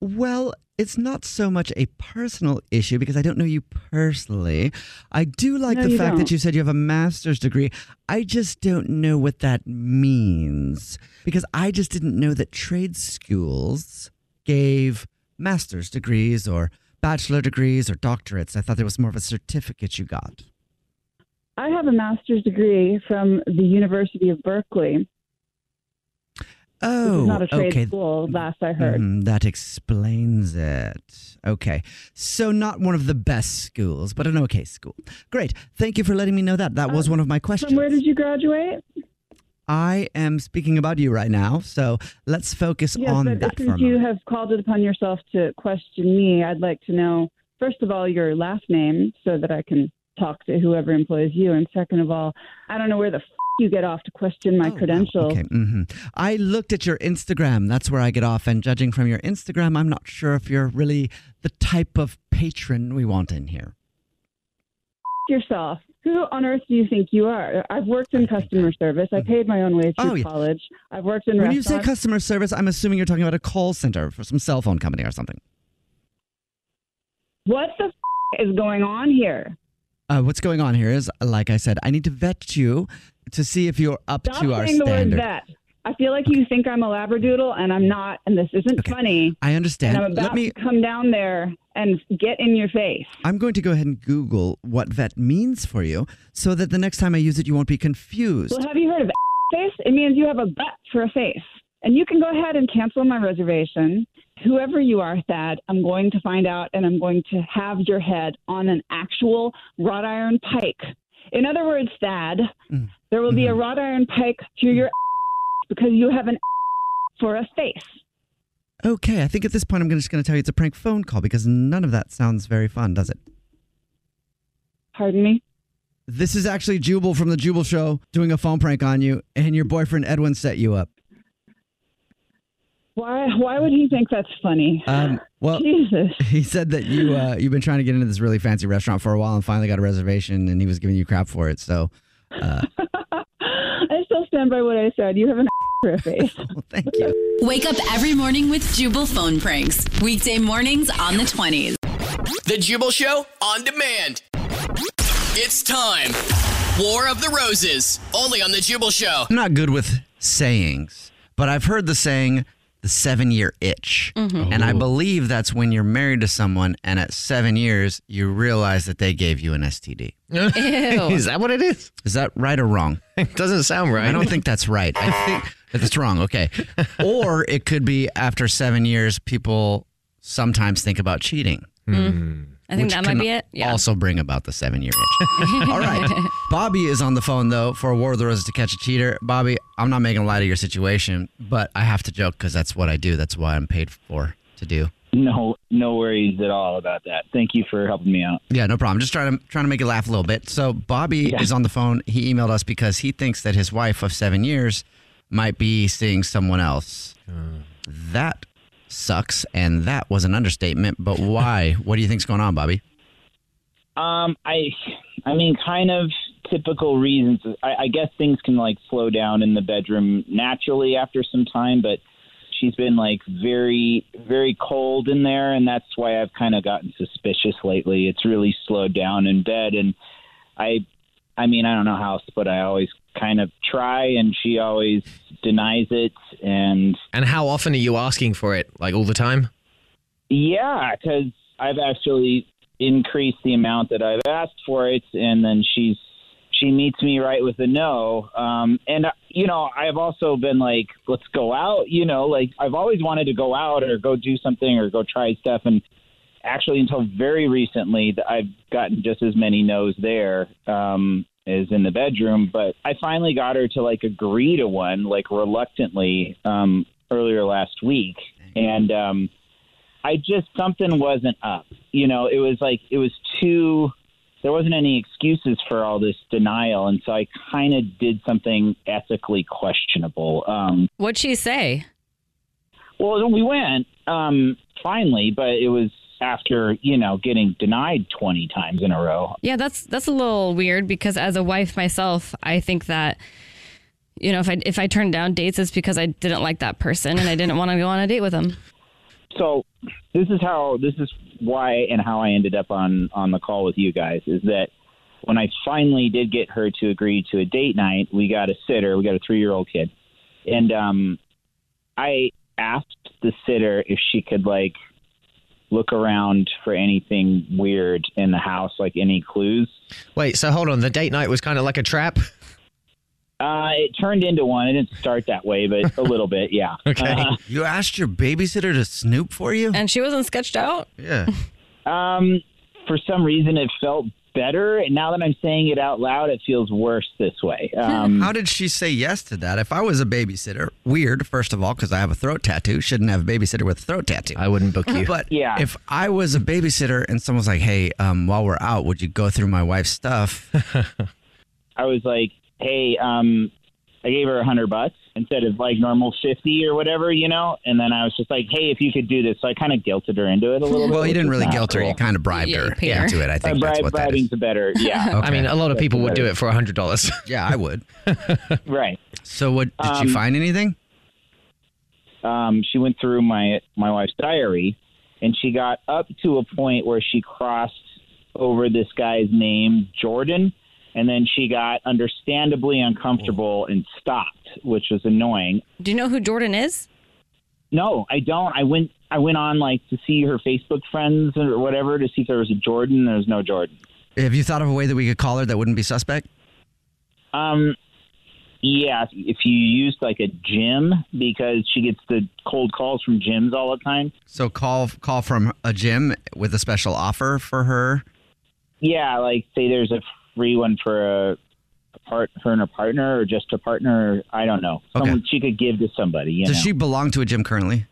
Well, it's not so much a personal issue because I don't know you personally. I do like
No,
the
you
fact
don't.
that you said you have a master's degree. I just don't know what that means because I just didn't know that trade schools gave master's degrees or bachelor degrees or doctorates. I thought there was more of a certificate you got.
I have a master's degree from the University of Berkeley.
Oh,
which is not a trade
okay.
school. Last I heard.
Mm, that explains it. Okay. So, not one of the best schools, but an okay school. Great. Thank you for letting me know that. That was one of my questions.
Um, From where did you graduate?
I am speaking about you right now. So, let's focus on
but
that for a
since
moment.
you have called it upon yourself to question me, I'd like to know first of all your last name so that I can talk to whoever employs you, and second of all, I don't know where the f- you get off to question my credentials.
Oh, Okay. hmm I looked at your Instagram. That's where I get off. And judging from your Instagram, I'm not sure if you're really the type of patron we want in here.
F- yourself. Who on earth do you think you are? I've worked in customer service. I paid my own way through
Mm-hmm. Oh, yeah.
college. I've worked in
when you
restaurants.
say customer service, I'm assuming you're talking about a call center for some cell phone company or something.
what the f- is going on here?
Uh, what's going on here is, like I said, I need to vet you to see if you're up
Stop
to
saying
our
the
standard.
word vet. I feel like you think I'm a labradoodle, and I'm not. And this isn't funny.
I understand.
And I'm about
Let me.
to come down there and get in your face.
I'm going to go ahead and Google what vet means for you, so that the next time I use it, you won't be confused.
Well, have you heard of face? It means you have a butt for a face. And you can go ahead and cancel my reservation. Whoever you are, Thad, I'm going to find out and I'm going to have your head on an actual wrought iron pike. In other words, Thad,
Mm.
there will
Mm-hmm.
be a wrought iron pike through your <laughs> because you have an <laughs> for a face.
Okay, I think at this point I'm just going to tell you it's a prank phone call because none of that sounds very fun, does it?
Pardon me?
This is actually Jubal from the Jubal Show doing a phone prank on you, and your boyfriend Edwin set you up.
Why, why would he think that's funny?
Um, well,
Jesus.
<laughs> he said that you uh, you've been trying to get into this really fancy restaurant for a while and finally got a reservation, and he was giving you crap for it. So, uh,
I still stand by what I said. You have an <laughs> for a face.
<laughs> thank
you. Wake up every morning with Jubal phone pranks. Weekday mornings on the 20s.
The Jubal Show on demand. It's time. War of the Roses, only on The Jubal Show.
I'm not good with sayings, but I've heard the saying the seven year itch.
Mhm.
And I
Oh.
believe that's when you're married to someone and at seven years you realize that they gave you an STD.
<laughs> is that what it is?
Is that right or wrong?
<laughs> It doesn't sound right.
I don't think that's right. I think that's wrong.
<laughs>
Okay. or it could be after seven years, people sometimes think about cheating.
Hmm. I think
which
that might
can
be it. Yeah.
Also bring about the seven year
<laughs>
itch. All right. Bobby is on the phone though for a War of the Roses to catch a cheater. Bobby, I'm not making light of your situation, but I have to joke because that's what I do. That's why I'm paid for to do.
No, no worries at all about that. Thank you for helping me out.
Yeah, no problem. Just trying to trying to make it laugh a little bit. So Bobby
Yeah.
is on the phone. He emailed us because he thinks that his wife of seven years might be seeing someone else. That sucks, and that was an understatement. But <laughs> why? what do you think's going on, Bobby?
Um, I, I mean, kind of typical reasons. I, I guess things can like slow down in the bedroom naturally after some time, but she's been like very, very cold in there, and that's why I've kind of gotten suspicious lately. It's really slowed down in bed, and I, I mean, I don't know how else, but I always kind of try, and she always denies it, and
And how often are you asking for it? Like all the time?
Yeah, because I've actually increased the amount that I've asked for it, and then she's she meets me right with a no. Um, and uh, you know, I've also been like, let's go out. You know, like I've always wanted to go out or go do something or go try stuff, and actually, until very recently, th- I've gotten just as many no's there. Um, as in the bedroom, but I finally got her to like agree to one, like reluctantly, um, earlier last week. And, um, I just something wasn't up. You know, it was like it was too. There wasn't any excuses for all this denial, and so I kind of did something ethically questionable. Um,
What'd she say?
well, we went um, finally, but it was after you know getting denied twenty times in a row.
Yeah, that's that's a little weird because as a wife myself, I think that you know if I if I turn down dates, it's because I didn't like that person and I didn't want to go on a date with them.
So this is how this is why and how I ended up on on the call with you guys is that when I finally did get her to agree to a date night, we got a sitter, we got a three year old kid, and um, I asked the sitter if she could like look around for anything weird in the house, like any clues.
Wait, so hold on. The date night was kind of like a trap.
Uh, it turned into one. It didn't start that way, but a little
<laughs>
bit, yeah. Uh,
you asked your babysitter to snoop for you?
And she wasn't sketched out.
<laughs> Yeah.
um, for some reason, it felt better, and now that I'm saying it out loud, it feels worse this
<laughs>
way. Um,
How did she say yes to that? If I was a babysitter, weird, first of all, because I have a throat tattoo. Shouldn't have a babysitter with a throat tattoo. I
wouldn't book you.
<laughs> But
Yeah.
if I was a babysitter and someone was like, hey, um, while we're out, would you go through my wife's stuff?
I was like, hey, um, I gave her a hundred bucks instead of like normal fifty or whatever, you know. And then I was just like, hey, if you could do this, so I kind of guilted her into it a little. bit.
well, you
which
didn't
is
really
not
guilt her. You
cool.
kind of bribed
Yeah, you
her
paid her.
into it. I think
Uh,
that's
bribe-
what that
bribing's
is.
a better, yeah.
<laughs>
<laughs>
Okay.
I mean, a lot of
<laughs>
people would do it for hundred dollars.
Yeah, <laughs> I would. right. So, what did
Um,
you find anything?
um, she went through my my wife's diary, and she got up to a point where she crossed over this guy's name, Jordan, and then she got understandably uncomfortable and stopped, which was annoying.
Do you know who Jordan is?
No, I don't. I went I went on like to see her Facebook friends or whatever to see if there was a Jordan. There was no Jordan.
Have you thought of a way that we could call her that wouldn't be suspect?
Um, yeah, if you used like a gym because she gets the cold calls from gyms all the time.
So, call call from a gym with a special offer for her.
Yeah, like say there's a free one for a, a part her and her partner, or just a partner. I don't know.
Okay.
Someone she could give to somebody. You
Does
know?
she belong to a gym currently?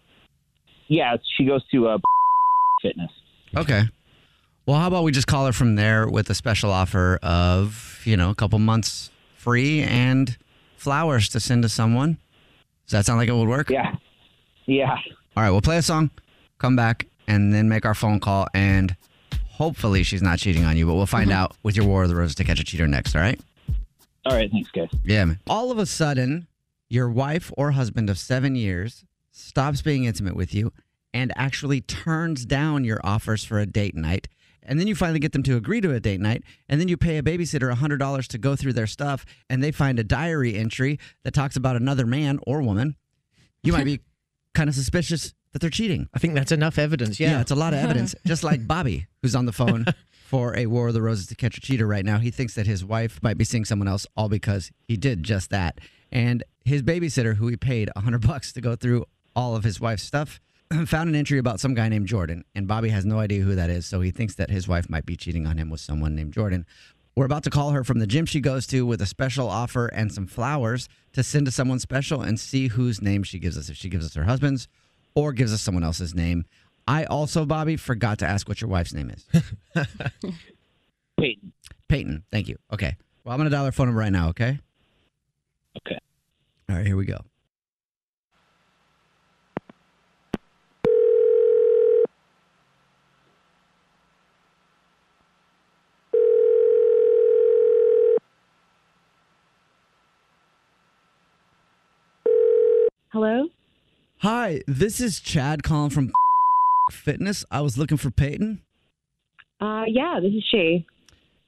Yeah, she goes to a <laughs> fitness.
Okay. Well, how about we just call her from there with a special offer of, you know, a couple months free and flowers to send to someone? Does that sound like it would work?
Yeah. Yeah.
All right, we'll play a song, come back, and then make our phone call. And hopefully she's not cheating on you, but we'll find out with your War of the Roses to catch a cheater next. All right.
All right. Thanks, guys.
Yeah, man. All of a sudden, your wife or husband of seven years stops being intimate with you and actually turns down your offers for a date night. And then you finally get them to agree to a date night. And then you pay a babysitter $100 to go through their stuff. And they find a diary entry that talks about another man or woman. You
<laughs>
might be kind of suspicious that they're cheating.
I think that's enough evidence. Yeah.
Yeah, it's a lot of
<laughs>
evidence. Just like Bobby, who's on the phone for a War of the Roses to catch a cheater right now. He thinks that his wife might be seeing someone else all because he did just that. And his babysitter, who he paid a hundred bucks to go through all of his wife's stuff, <clears throat> found an entry about some guy named Jordan. And Bobby has no idea who that is, so he thinks that his wife might be cheating on him with someone named Jordan. We're about to call her from the gym she goes to with a special offer and some flowers to send to someone special and see whose name she gives us. If she gives us her husband's or gives us someone else's name. I also, Bobby, forgot to ask what your wife's name is.
<laughs> Peyton.
Peyton, thank you. Okay. Well, I'm going to dial her phone number right now, okay?
Okay.
All right, here we go.
Hello?
Hi, this is Chad calling from Fitness. I was looking for Peyton.
Uh, yeah, this is she.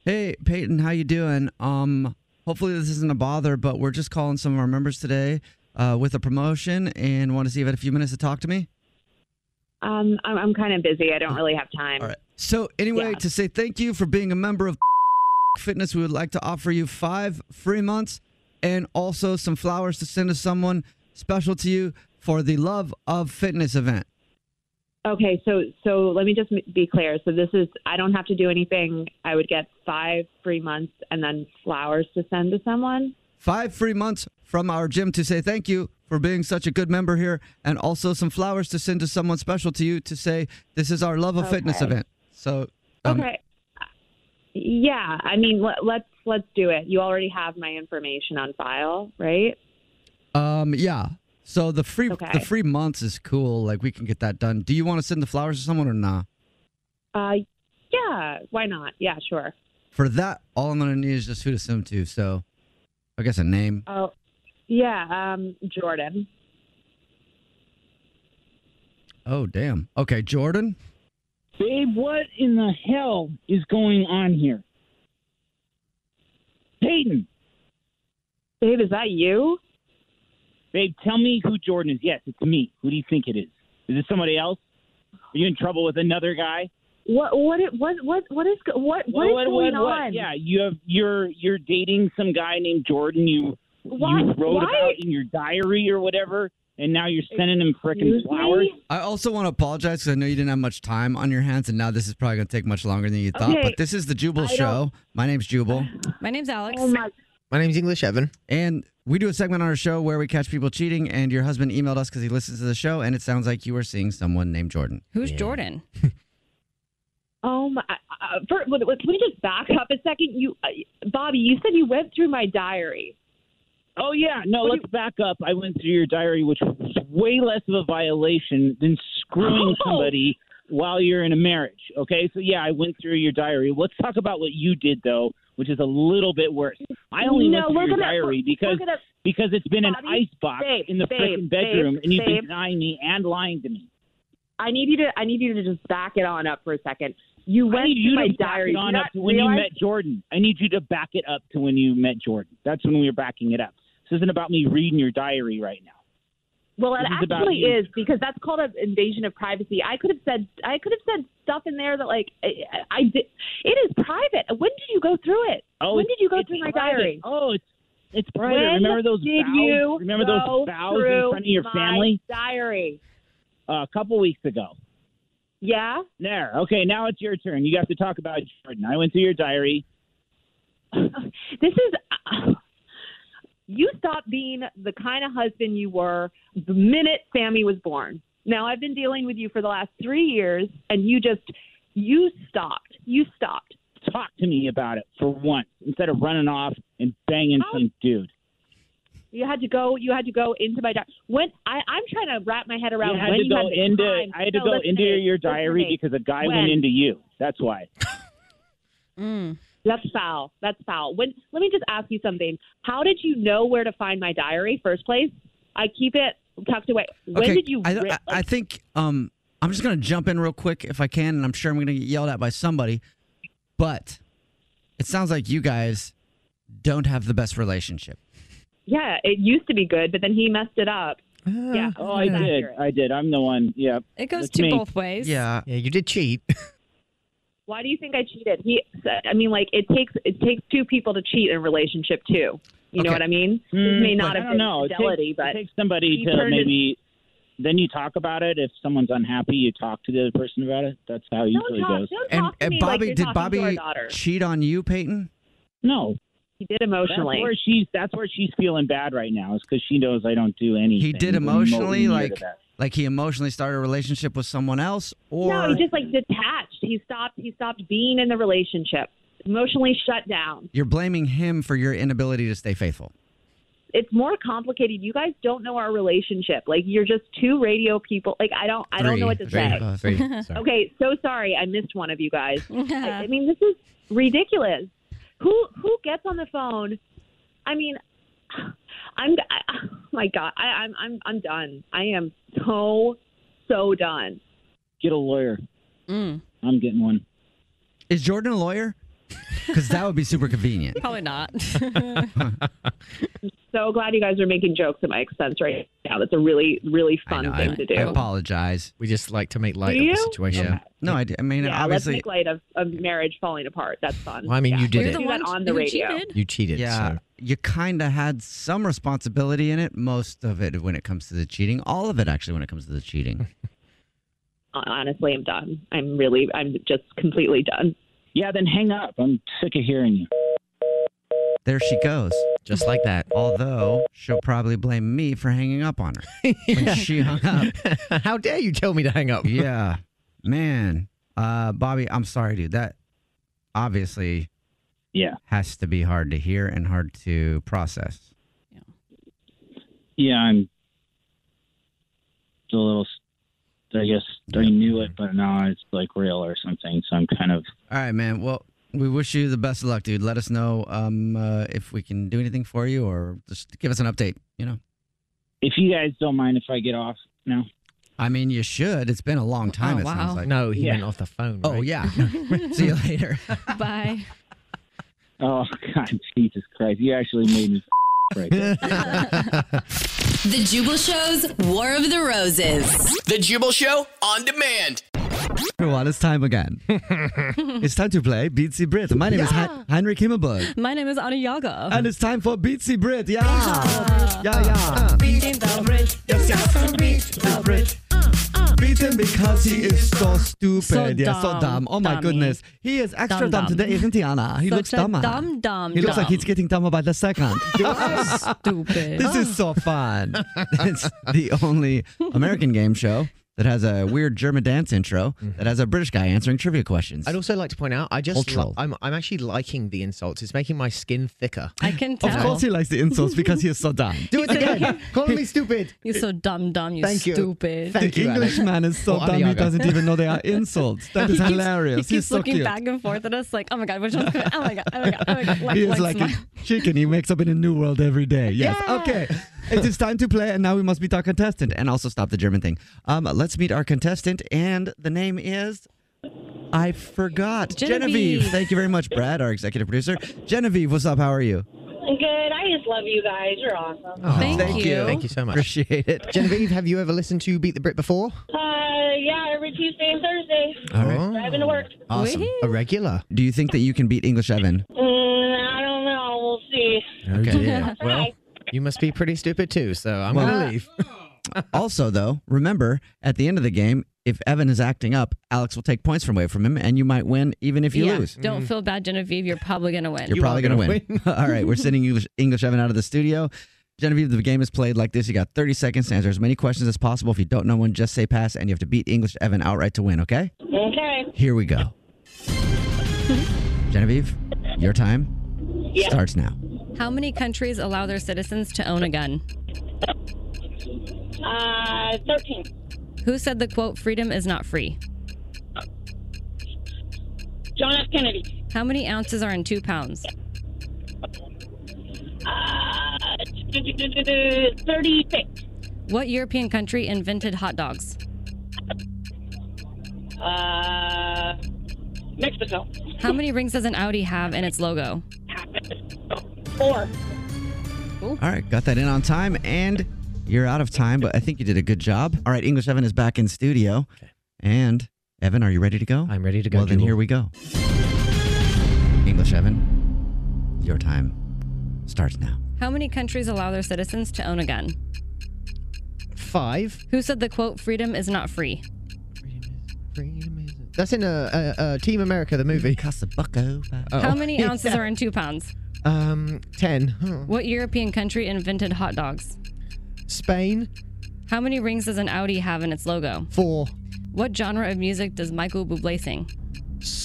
Hey, Peyton, how you doing? Um, hopefully this isn't a bother, but we're just calling some of our members today uh, with a promotion and want to see if you had a few minutes to talk to me.
Um, I'm, I'm kind of busy. I don't really have time.
So anyway, to say thank you for being a member of Fitness, we would like to offer you five free months and also some flowers to send to someone special to you for the Love of Fitness event.
Okay, so so let me just m- be clear. So this is I don't have to do anything. I would get five free months and then flowers to send to someone.
Five free months from our gym to say thank you for being such a good member here, and also some flowers to send to someone special to you to say this is our Love of Fitness
Okay.
event. So um,
Okay. Yeah, I mean let, let's let's do it. You already have my information on file, right?
Um, yeah. So the free
Okay.
the free months is cool. Like we can get that done. Do you want to send the flowers to someone or not?
Uh, yeah, why not? Yeah, sure.
For that, all I'm gonna need is just who to send them to. So, I guess a name.
Oh, yeah, um, Jordan.
Oh, damn. Okay, Jordan.
Babe, what in the hell is going on here? Peyton.
Babe, is that you?
Babe, tell me who Jordan is. Yes, it's me. Who do you think it is? Is it somebody else? Are you in trouble with another guy?
What? What? it- What? What? What is? go- What? What is going on?
Yeah, you have you're you're dating some guy named Jordan. You
Why-
you wrote
why-
about in your diary or whatever, and now you're sending him frickin' flowers.
I also want to apologize because I know you didn't have much time on your hands, and now this is probably going to take much longer than you thought.
Okay.
But this is the Jubal
I
Show.
don't-
My name's Jubal.
My name's Alex.
My name's English Evan. And we do a segment on our show where we catch people cheating, and your husband emailed us because he listens to the show, and it sounds like you were seeing someone named Jordan.
<laughs>
Who's Jordan?
Oh my! Uh, for, let let me just back up a second. You, uh, Bobby, you said you went through my diary.
Oh yeah, no, let's back up. I went through your diary, which was way less of a violation than
Oh!
screwing somebody while you're in a marriage. Okay, so yeah, I went through your diary. Let's talk about what you did though, which is a little bit worse. I only
No,
went through
we're
your
gonna-
diary
we're- we're
because
gonna-
because it's been an
Bobby,
ice box
babe,
in the
babe,
freaking
babe,
bedroom, and you've
babe.
been denying me and lying to me.
I need you to. I need you to just back it on up for a second. You went
I need you
through my
to back it
diary. Do you
on
not
up to when you
realize-
met Jordan. I need you to back it up to when you met Jordan. That's when we were backing it up. This isn't about me reading your diary right now.
Well, it
This is about
actually
you.
is because that's called an invasion of privacy. I could have said I could have said stuff in there that like I, I did. It is private. When did you go through it?
Oh,
when did you go
it's
through my
private.
diary?
Oh, it's it's private.
When
Remember those
did
vows?
you
Remember
go
those vows in
through
front of your
my
family?
Diary.
Uh, a couple weeks ago.
Yeah.
There. Okay, now it's your turn. You have to talk about Jordan. I went through your diary.
This is. <sighs> You stopped being the kind of husband you were the minute Sammy was born. Now I've been dealing with you for the last three years, and you just you stopped. You stopped.
Talk to me about it for once instead of running off and banging some dude.
You had to go. You had to go into my diary. When I, I'm trying to wrap my head around
you had
when
to
you
go
had the
into
time.
I had to
No,
go
listen
into
to me.
your
Listen to
diary
me.
because a guy
When?
went into you. That's
<laughs>
why.
That's foul. That's foul. When let me just ask you something. How did you know where to find my diary first place? I keep it tucked away. When
okay,
did you?
I,
ri-
I, I think um, I'm just going to jump in real quick if I can, and I'm sure I'm going to get yelled at by somebody. But it sounds like you guys don't have the best relationship.
yeah, it used to be good, but then he messed it up. yeah.
Oh, I did. I did. I'm the one. Yeah.
It goes
That's
to
me.
both ways.
Yeah.
Yeah, you did cheat.
Why do you think I cheated? He, I mean, like it takes it takes two people to cheat in a relationship too. You
Okay.
know what I mean?
Hmm,
this may
but-
not have
I don't
been
know. It takes-
fidelity, but
it takes somebody
he
to
turned his-
maybe then you talk about it. If someone's unhappy, you talk to the other person about it. That's how it usually
talk-
goes.
don't
And,
talk to
and
me like
Bobby,
you're
did
talking to our
Bobby
daughter.
cheat on you, Peyton?
No.
He did emotionally.
That's where she's. That's where she's feeling bad right now. Is because she knows I don't do anything.
He did
remotely
emotionally,
near
like
to that.
like he emotionally started a relationship with someone else, or
no, he just like detached. He stopped. He stopped being in the relationship. Emotionally shut down.
you're blaming him for your inability to stay faithful.
It's more complicated. You guys don't know our relationship. Like you're just two radio people. Like I don't. I don't know what to
Three.
say.
Uh, three.
<laughs>
Sorry.
Okay, so sorry. I missed one of you <laughs> guys. I, I mean, this is ridiculous. Who who gets on the phone? I mean, I'm. I, oh my God, I, I'm I'm I'm done. I am so so done.
Get a lawyer.
Mm.
I'm getting one.
Is Jordan a lawyer? <laughs> Because that would be
<laughs>
super convenient.
Probably <laughs>
<laughs>
not. so glad you guys are making jokes at my expense right now. That's a really, really fun
I,
thing to do.
I apologize. We just like to make
light Do of the you? situation.
Yeah. No, I, d- I mean
yeah, let's
obviously.
make light of, of marriage falling apart. That's fun.
Well, I mean,
Yeah,
you did
let's
it.
do
You're the
that
one
on the
who
radio.
You cheated. Yeah,
so.
you kind of had some responsibility in it. Most of it when it comes to the cheating, all of it actually when it comes to the <laughs> cheating.
Honestly, I'm done. I'm really, I'm just completely done.
Yeah, then hang up. I'm sick of hearing you.
There she goes, just like that. Although she'll probably blame me for hanging up on her when she hung up.
How dare you tell me to hang up?
Yeah, man, uh, Bobby, I'm sorry, dude. That obviously,
yeah,
has to be hard to hear and hard to process.
Yeah, I'm. It's a little I guess I knew it, but now it's like real or something. So I'm kind of
All right, man. Well, we wish you the best of luck, dude. Let us know um, uh, if we can do anything for you or just give us an update, you know?
If you guys don't mind if I get off now.
I mean, you should. It's been a long time,
Oh,
it
wow.
sounds like.
No, he Yeah. went off
the phone. Oh, yeah. See you later.
Bye.
Oh <laughs> God, Jesus Christ! You actually made me <laughs> right there.
The Jubal Show's War of the Roses.
The Jubal Show on demand.
Everyone, it's
<laughs>
time again. it's time to play Beatsy Brit. My name is Hen- Henrik Himmelberg.
My name is Anna Yaga.
And it's time for Beatsy Brit. Yeah. Yeah,
Uh,
<laughs> yeah.
beating
the Brit. Yes, yes. Beat the Brit. Beat him because he is so stupid.
So
yeah, so
dumb,
dumb. Oh, my
dummy.
goodness. He is extra
Dumb,
dumb,
dumb.
today, isn't he, Anna? He
Such
looks
a
dumber.
dumb, dumb,
He looks like
dumb.
he's getting dumber by
<laughs>
the second.
Stupid.
This is so fun.
<laughs>
it's the only American game show that has a weird German dance intro
Mm-hmm.
that has a British guy answering trivia questions.
I'd also like to point out, I just,
Cultural.
lo- I'm, I'm actually liking the insults. It's making my skin thicker.
I can tell.
Of course, he likes the insults because he is so dumb.
Do
<laughs>
it again. Call me stupid.
You're so dumb, dumb. You
Thank you.
stupid.
Thank
the
you, Alex. Oh,
Englishman is so
Or
dumb he
Ariaga.
<laughs>
doesn't even know
<laughs>
they are insults. That
He
is
keeps-
hilarious.
He keeps
He's so
looking
cute.
back and forth at us like, oh my god, which one's gonna, oh my god, oh my god, oh my god. Like,
he is
like
like
smile.
a chicken. He wakes up in a new world every day. Yes.
Yeah.
Okay. It is time to play, and now we must meet our contestant and also stop the German thing. Um, let's meet our contestant, and the name is. I forgot.
Genevieve.
Thank you very much, Brad, our executive producer. Genevieve, what's up? How are you?
Good. I just love you guys. You're awesome.
Oh,
Oh, Thank you so much.
Appreciate it.
Genevieve, have you ever listened to Beat the Brit before?
Uh, yeah, every Tuesday and Thursday.
All right.
Driving to work.
Awesome.
A regular.
Do you think that you can beat English Evan?
Mm, I don't know. We'll see.
<laughs>
Oh, dear. well, you must be pretty stupid too, so I'm
Well-
gonna leave.
<laughs> also, though, remember at the end of the game, if Evan is acting up, Alex will take points from away from him, and you might win even if you
yeah.
lose.
Don't
Mm.
feel bad, Genevieve. You're probably gonna win.
You're probably going to win. <laughs> All right, we're sending English, English Evan out of the studio. Genevieve, the game is played like this. You got 30 seconds to answer as many questions as possible. If you don't know one, just say pass, and you have to beat English Evan outright to win, okay?
Okay.
Here
<laughs>
we go. Genevieve, your time
Yeah.
starts now.
How many countries allow their citizens to own a gun?
Uh, 13.
Who said the quote "freedom is not free"?
John F. Kennedy.
How many ounces are in two pounds?
Uh, <laughs> 36.
What European country invented hot dogs?
Uh, Mexico.
How many rings does an Audi have in its logo?
Four.
All right, got that in on time, and you're out of time, but I think you did a good job. All right, English Evan is back in studio. And Evan, are you ready to go? I'm ready to
go,
Well, then
Jubal.
here we go. English Evan, your time starts now.
How many countries allow their citizens to own a gun?
Five.
Who said the quote "freedom is not free"?
That's in a, a, a Team America the movie. Oh.
Casablanca.
How
<laughs>
many ounces are in two pounds?
Um, ten. Huh.
What European country invented hot dogs?
Spain.
How many rings does an Audi have in its logo?
Four.
What genre of music does Michael Bublé sing?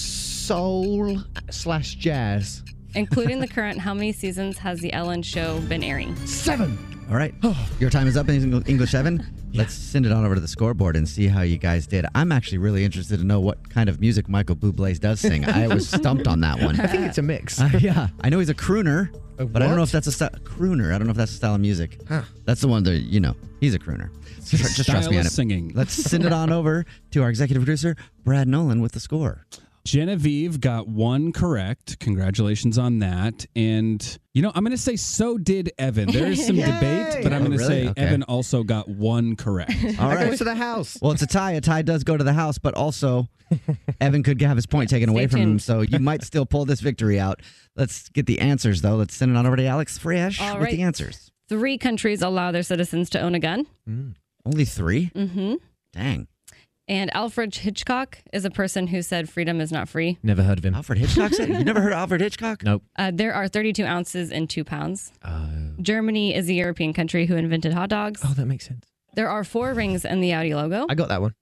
Soul slash jazz.
Including the current, how many seasons has the Ellen show been airing?
Seven.
All right, <sighs> your time is up, Eng- English
<laughs>
Evan. Let's send it on over to the scoreboard and see how you guys did. I'm actually really interested to know what kind of music Michael Bublé does sing. I
<laughs>
was stumped on that one.
I think it's a mix.
<laughs> Uh,
<laughs>
yeah, I know he's a crooner, but I don't know
what?
if that's a st- crooner. I don't know if that's a style of music. That's the one that you know. He's a crooner. So tr- just trust
Style
me
of
on it.
singing. <laughs>
Let's send it
<laughs>
on over to our executive producer, Brad Nolan, with the score.
Genevieve got one correct. Congratulations on that. And, you know, I'm going to say so did Evan. There is
<laughs>
some
Yay!
debate, but I'm
Oh,
going to
really?
say
Okay.
Evan also got one correct.
<laughs> All right.
Goes to the house.
Well, it's a tie. A tie does go to the house, but <laughs> also Evan could have his point taken away from him,
tuned.
so you might still pull this victory out. Let's get the answers though. Let's send it on over to Alex Fresh
All
with the
right.
answers.
Three countries allow their citizens to own a gun.
Mm. Only three?
Mm-hmm.
Dang.
And Alfred Hitchcock is a person who said freedom is not free.
Never heard of him.
Alfred Hitchcock said. You never heard of Alfred <laughs> Hitchcock?
Nope.
Uh, there are 32 ounces in two pounds.
Oh.
Germany is a European country who invented hot dogs.
Oh, that makes sense.
There are four rings in the Audi logo.
I got that one.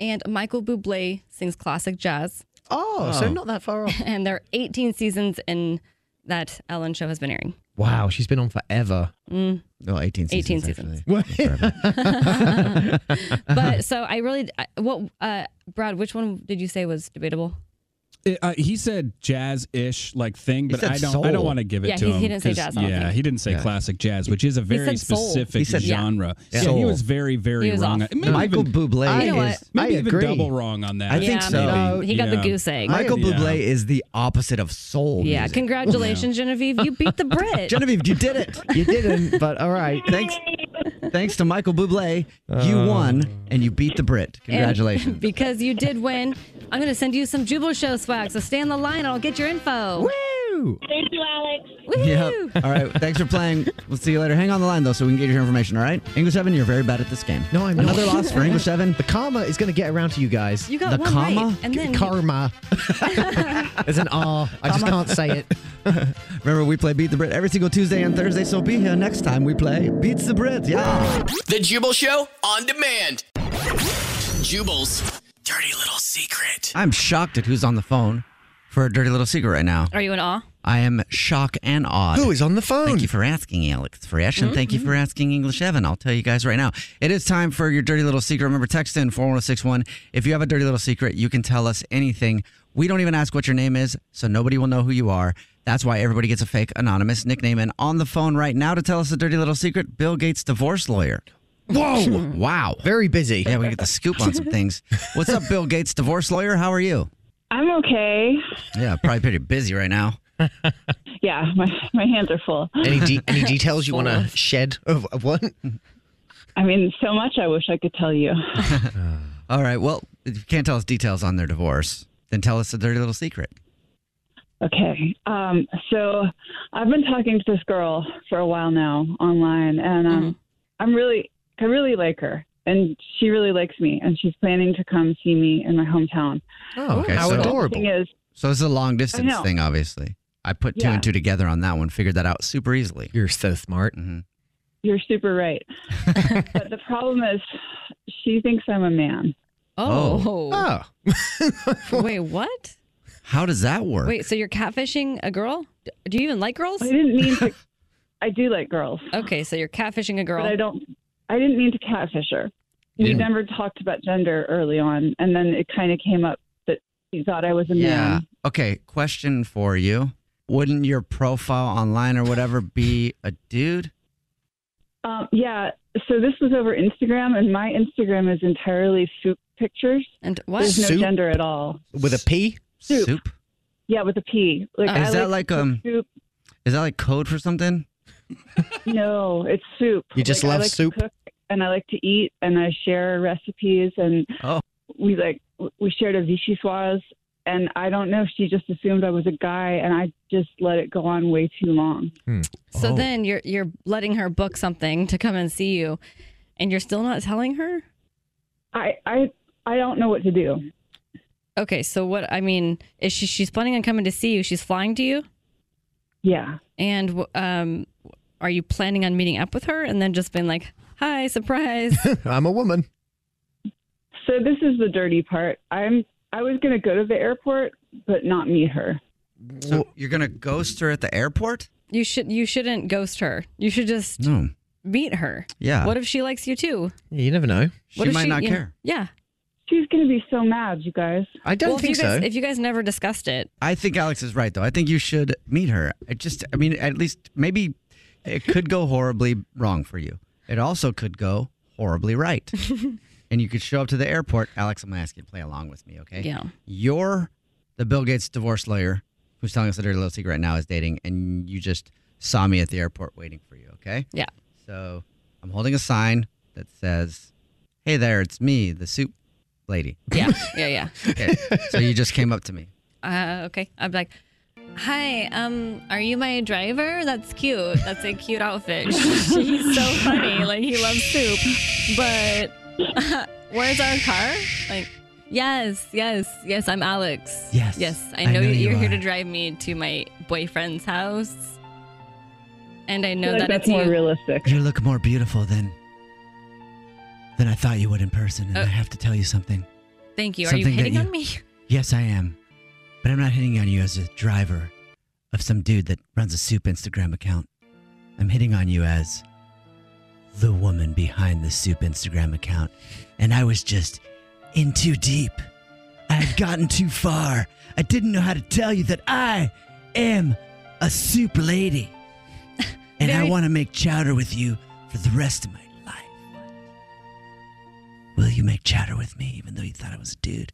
And Michael Bublé sings classic jazz.
Oh, so not that far off.
<laughs> and there are 18 seasons in that Ellen show has been airing.
Wow, she's been on forever.
Mm.
Well, 18 seasons.
18
seasons.
<laughs>
<laughs> but so I really, I- what, uh, Brad, which one did you say was debatable?
It, uh, he said jazz-ish like thing, but
said
I don't.
soul.
I don't want to give it
Yeah,
to
he-
him.
he didn't say
'cause,
jazz, I don't
Yeah,
think.
he didn't say
Yeah.
classic jazz, which is a very
said soul.
specific
He said- yeah.
genre.
Yeah.
Yeah, he
Soul.
was very, very
He was
wrong.
off.
Maybe
Michael
even-
Bublé
You know what?
is.
Maybe
I
even
agree.
double wrong on that.
I think
Yeah,
so.
no, he got the Yeah. goose egg.
Michael
Yeah.
Bublé is the opposite of soul.
yeah.
music.
Congratulations, Genevieve. You beat
<laughs>
the Brit.
Genevieve, you did it. You didn't, but all right. <laughs> Uh. Thanks. Thanks to Michael Bublé, you won and you beat the Brit.
And <laughs>
Congratulations.
because you did win, I'm going to send you some Jubal Show swag. So stay on the line and I'll get your info.
Woo!
Thank you, Alex.
Yep. All right. Thanks for playing. We'll see you later. Hang on the line though, so we can get your information. All right. English Seven, you're very bad at this game. No, I'm
not.
another loss for English Seven.
The comma is going to get around to you guys.
You got The one right, comma?
<laughs>
and
K-
then-
karma. There's an R. I just
Comma.
can't say it.
<laughs> Remember, we play Beat the Brit every single Tuesday and Thursday. So be here next time we play Beats the Brit. Yeah.
The Jubal Show on demand. Jubal's dirty little secret.
I'm shocked at who's on the phone for a dirty little secret right now.
Are you in awe?
I am shocked and awed. Who is
on the phone?
Thank you for asking, Alex Fresh, and thank you
Mm-hmm.
for asking English Evan. I'll tell you guys right now. It is time for your dirty little secret. Remember, text in 41061. If you have a dirty little secret, you can tell us anything. We don't even ask what your name is, so nobody will know who you are. That's why everybody gets a fake anonymous nickname. And on the phone right now to tell us a dirty little secret, Bill Gates divorce lawyer.
Whoa!
<laughs> wow.
Very busy.
Yeah, we get the scoop on some things. What's up, Bill Gates divorce lawyer? How are you?
I'm okay.
Yeah, probably pretty busy right now.
Yeah, my, my hands are full.
Any
<laughs>
de- any details you want to shed of, of what?
I mean, so much I wish I could tell
<laughs>
you.
All right. Well, if you can't tell us details on their divorce, then tell us a dirty little secret.
Okay. Um, so I've been talking to this girl for a while now online, and um,
Mm-hmm.
I'm really, I really like her, and she really likes me, and she's planning to come see me in my hometown.
Oh,
How
so
adorable.
The thing is,
So it's a long distance
know.
thing, obviously. I put two
Yeah.
and two together on that one, figured that out super easily. Mm-hmm.
You're so smart.
you're super
<laughs>
right, but the problem is, she thinks I'm a man.
Oh.
Oh.
Wait, what?
Ah, How does that work?
Wait, so you're catfishing a girl? D- Do you even like girls? I
didn't mean
<laughs>
to. I do like girls.
Okay, so you're catfishing a girl.
But I don't. I didn't mean to catfish her. We
didn't-
never talked about gender early on, and then it kind of came up that she thought I was a
Yeah.
man.
Okay. Question for you Wouldn't your profile online or whatever be a dude?
Um, yeah. So this was over Instagram, and my Instagram is entirely soup pictures.
And
There's no
Soup?
gender at all.
With a P?
Soup.
Yeah, with a P. Like
Uh,
I
is that like,
cooked
um,
soup?
Is that like code for something?
No, it's soup.
You just
Like, I
love
like to
soup?
cook, and I like to eat, and I share recipes, and
Oh.
we like we shared a vichyssoise, and I don't know. She just assumed I was a guy, and I just let it go on way too long.
Hmm.
so
Oh.
then you're you're letting her book something to come and see you, and you're still not telling her.
I I I don't know what to do.
Okay, so what I mean is she she's planning on coming to see you. She's flying to you.
Yeah.
And w- um, are you planning on meeting up with her and then just being like, "Hi, surprise"?
I'm a woman.
So this is the dirty part. I'm I was gonna go to the airport, but not meet her.
So you're going to ghost her at the airport?
you should you shouldn't ghost her. You should just
No.
meet her.
Yeah.
What if she likes you too?
you never know.
What if you know- yeah.
She's gonna be so mad, you guys.
I
well, if you guys, If you guys never discussed it,
I think Alex is right, though. I think you should meet her. I just, I mean, at least maybe it could go horribly wrong for you. It also could go
<laughs>
horribly right. and you could show up to the airport. Alex, I'm going to ask you to play along with me, okay?
Yeah.
You're the Bill Gates divorce lawyer who's telling us a dirty little secret right now is dating, and you just saw me at the airport waiting for you, okay?
Yeah.
So I'm holding a sign that says, Hey there, it's me, the soup lady.
Yeah.
<laughs>
yeah, yeah.
okay. So you just came up to me.
Uh, okay. I'm like, hi. Um, are you my driver? That's cute. That's a cute outfit. <laughs> She's so funny. Like he loves soup. But <laughs> where's our car? Like, yes, yes, yes. I'm Alex.
Yes,
Yes. I
I
know,
know you
you're here
are.
to drive me to my boyfriend's house. And I know
like
that
that's
it's
more
you.
realistic.
You look more beautiful than than I thought you would in person, and I have to tell you something.
Oh. Thank you. Are you
Something that
hitting
you-
on me?
Yes, I am, but I'm not hitting on you as a driver of some dude that runs a soup Instagram account. I'm hitting on you as the woman behind the soup Instagram account, and I was just in too deep. I had gotten too far. I didn't know how to tell you that I am a soup lady. And I
Very-
want to make chowder with you for the rest of my life. Will you make chowder with me, even though you thought I was a dude?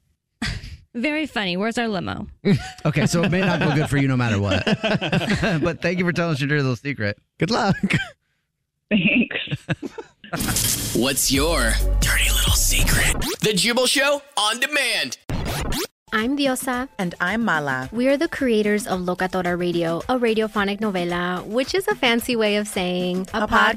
Very funny. Where's our limo?
Okay, so it may not go good for you no matter what. <laughs> but thank you for telling us your dirty little secret. Good luck. <laughs>
What's your dirty little secret? The Jubal Show on demand.
I'm Diosa. And I'm Mala. We are the creators of Locatora Radio, a radiophonic novela, which is a fancy way of saying a,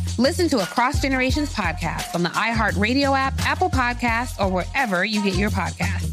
Listen to Across Generations podcast on the iHeartRadio app, Apple Podcasts, or wherever you get your podcasts.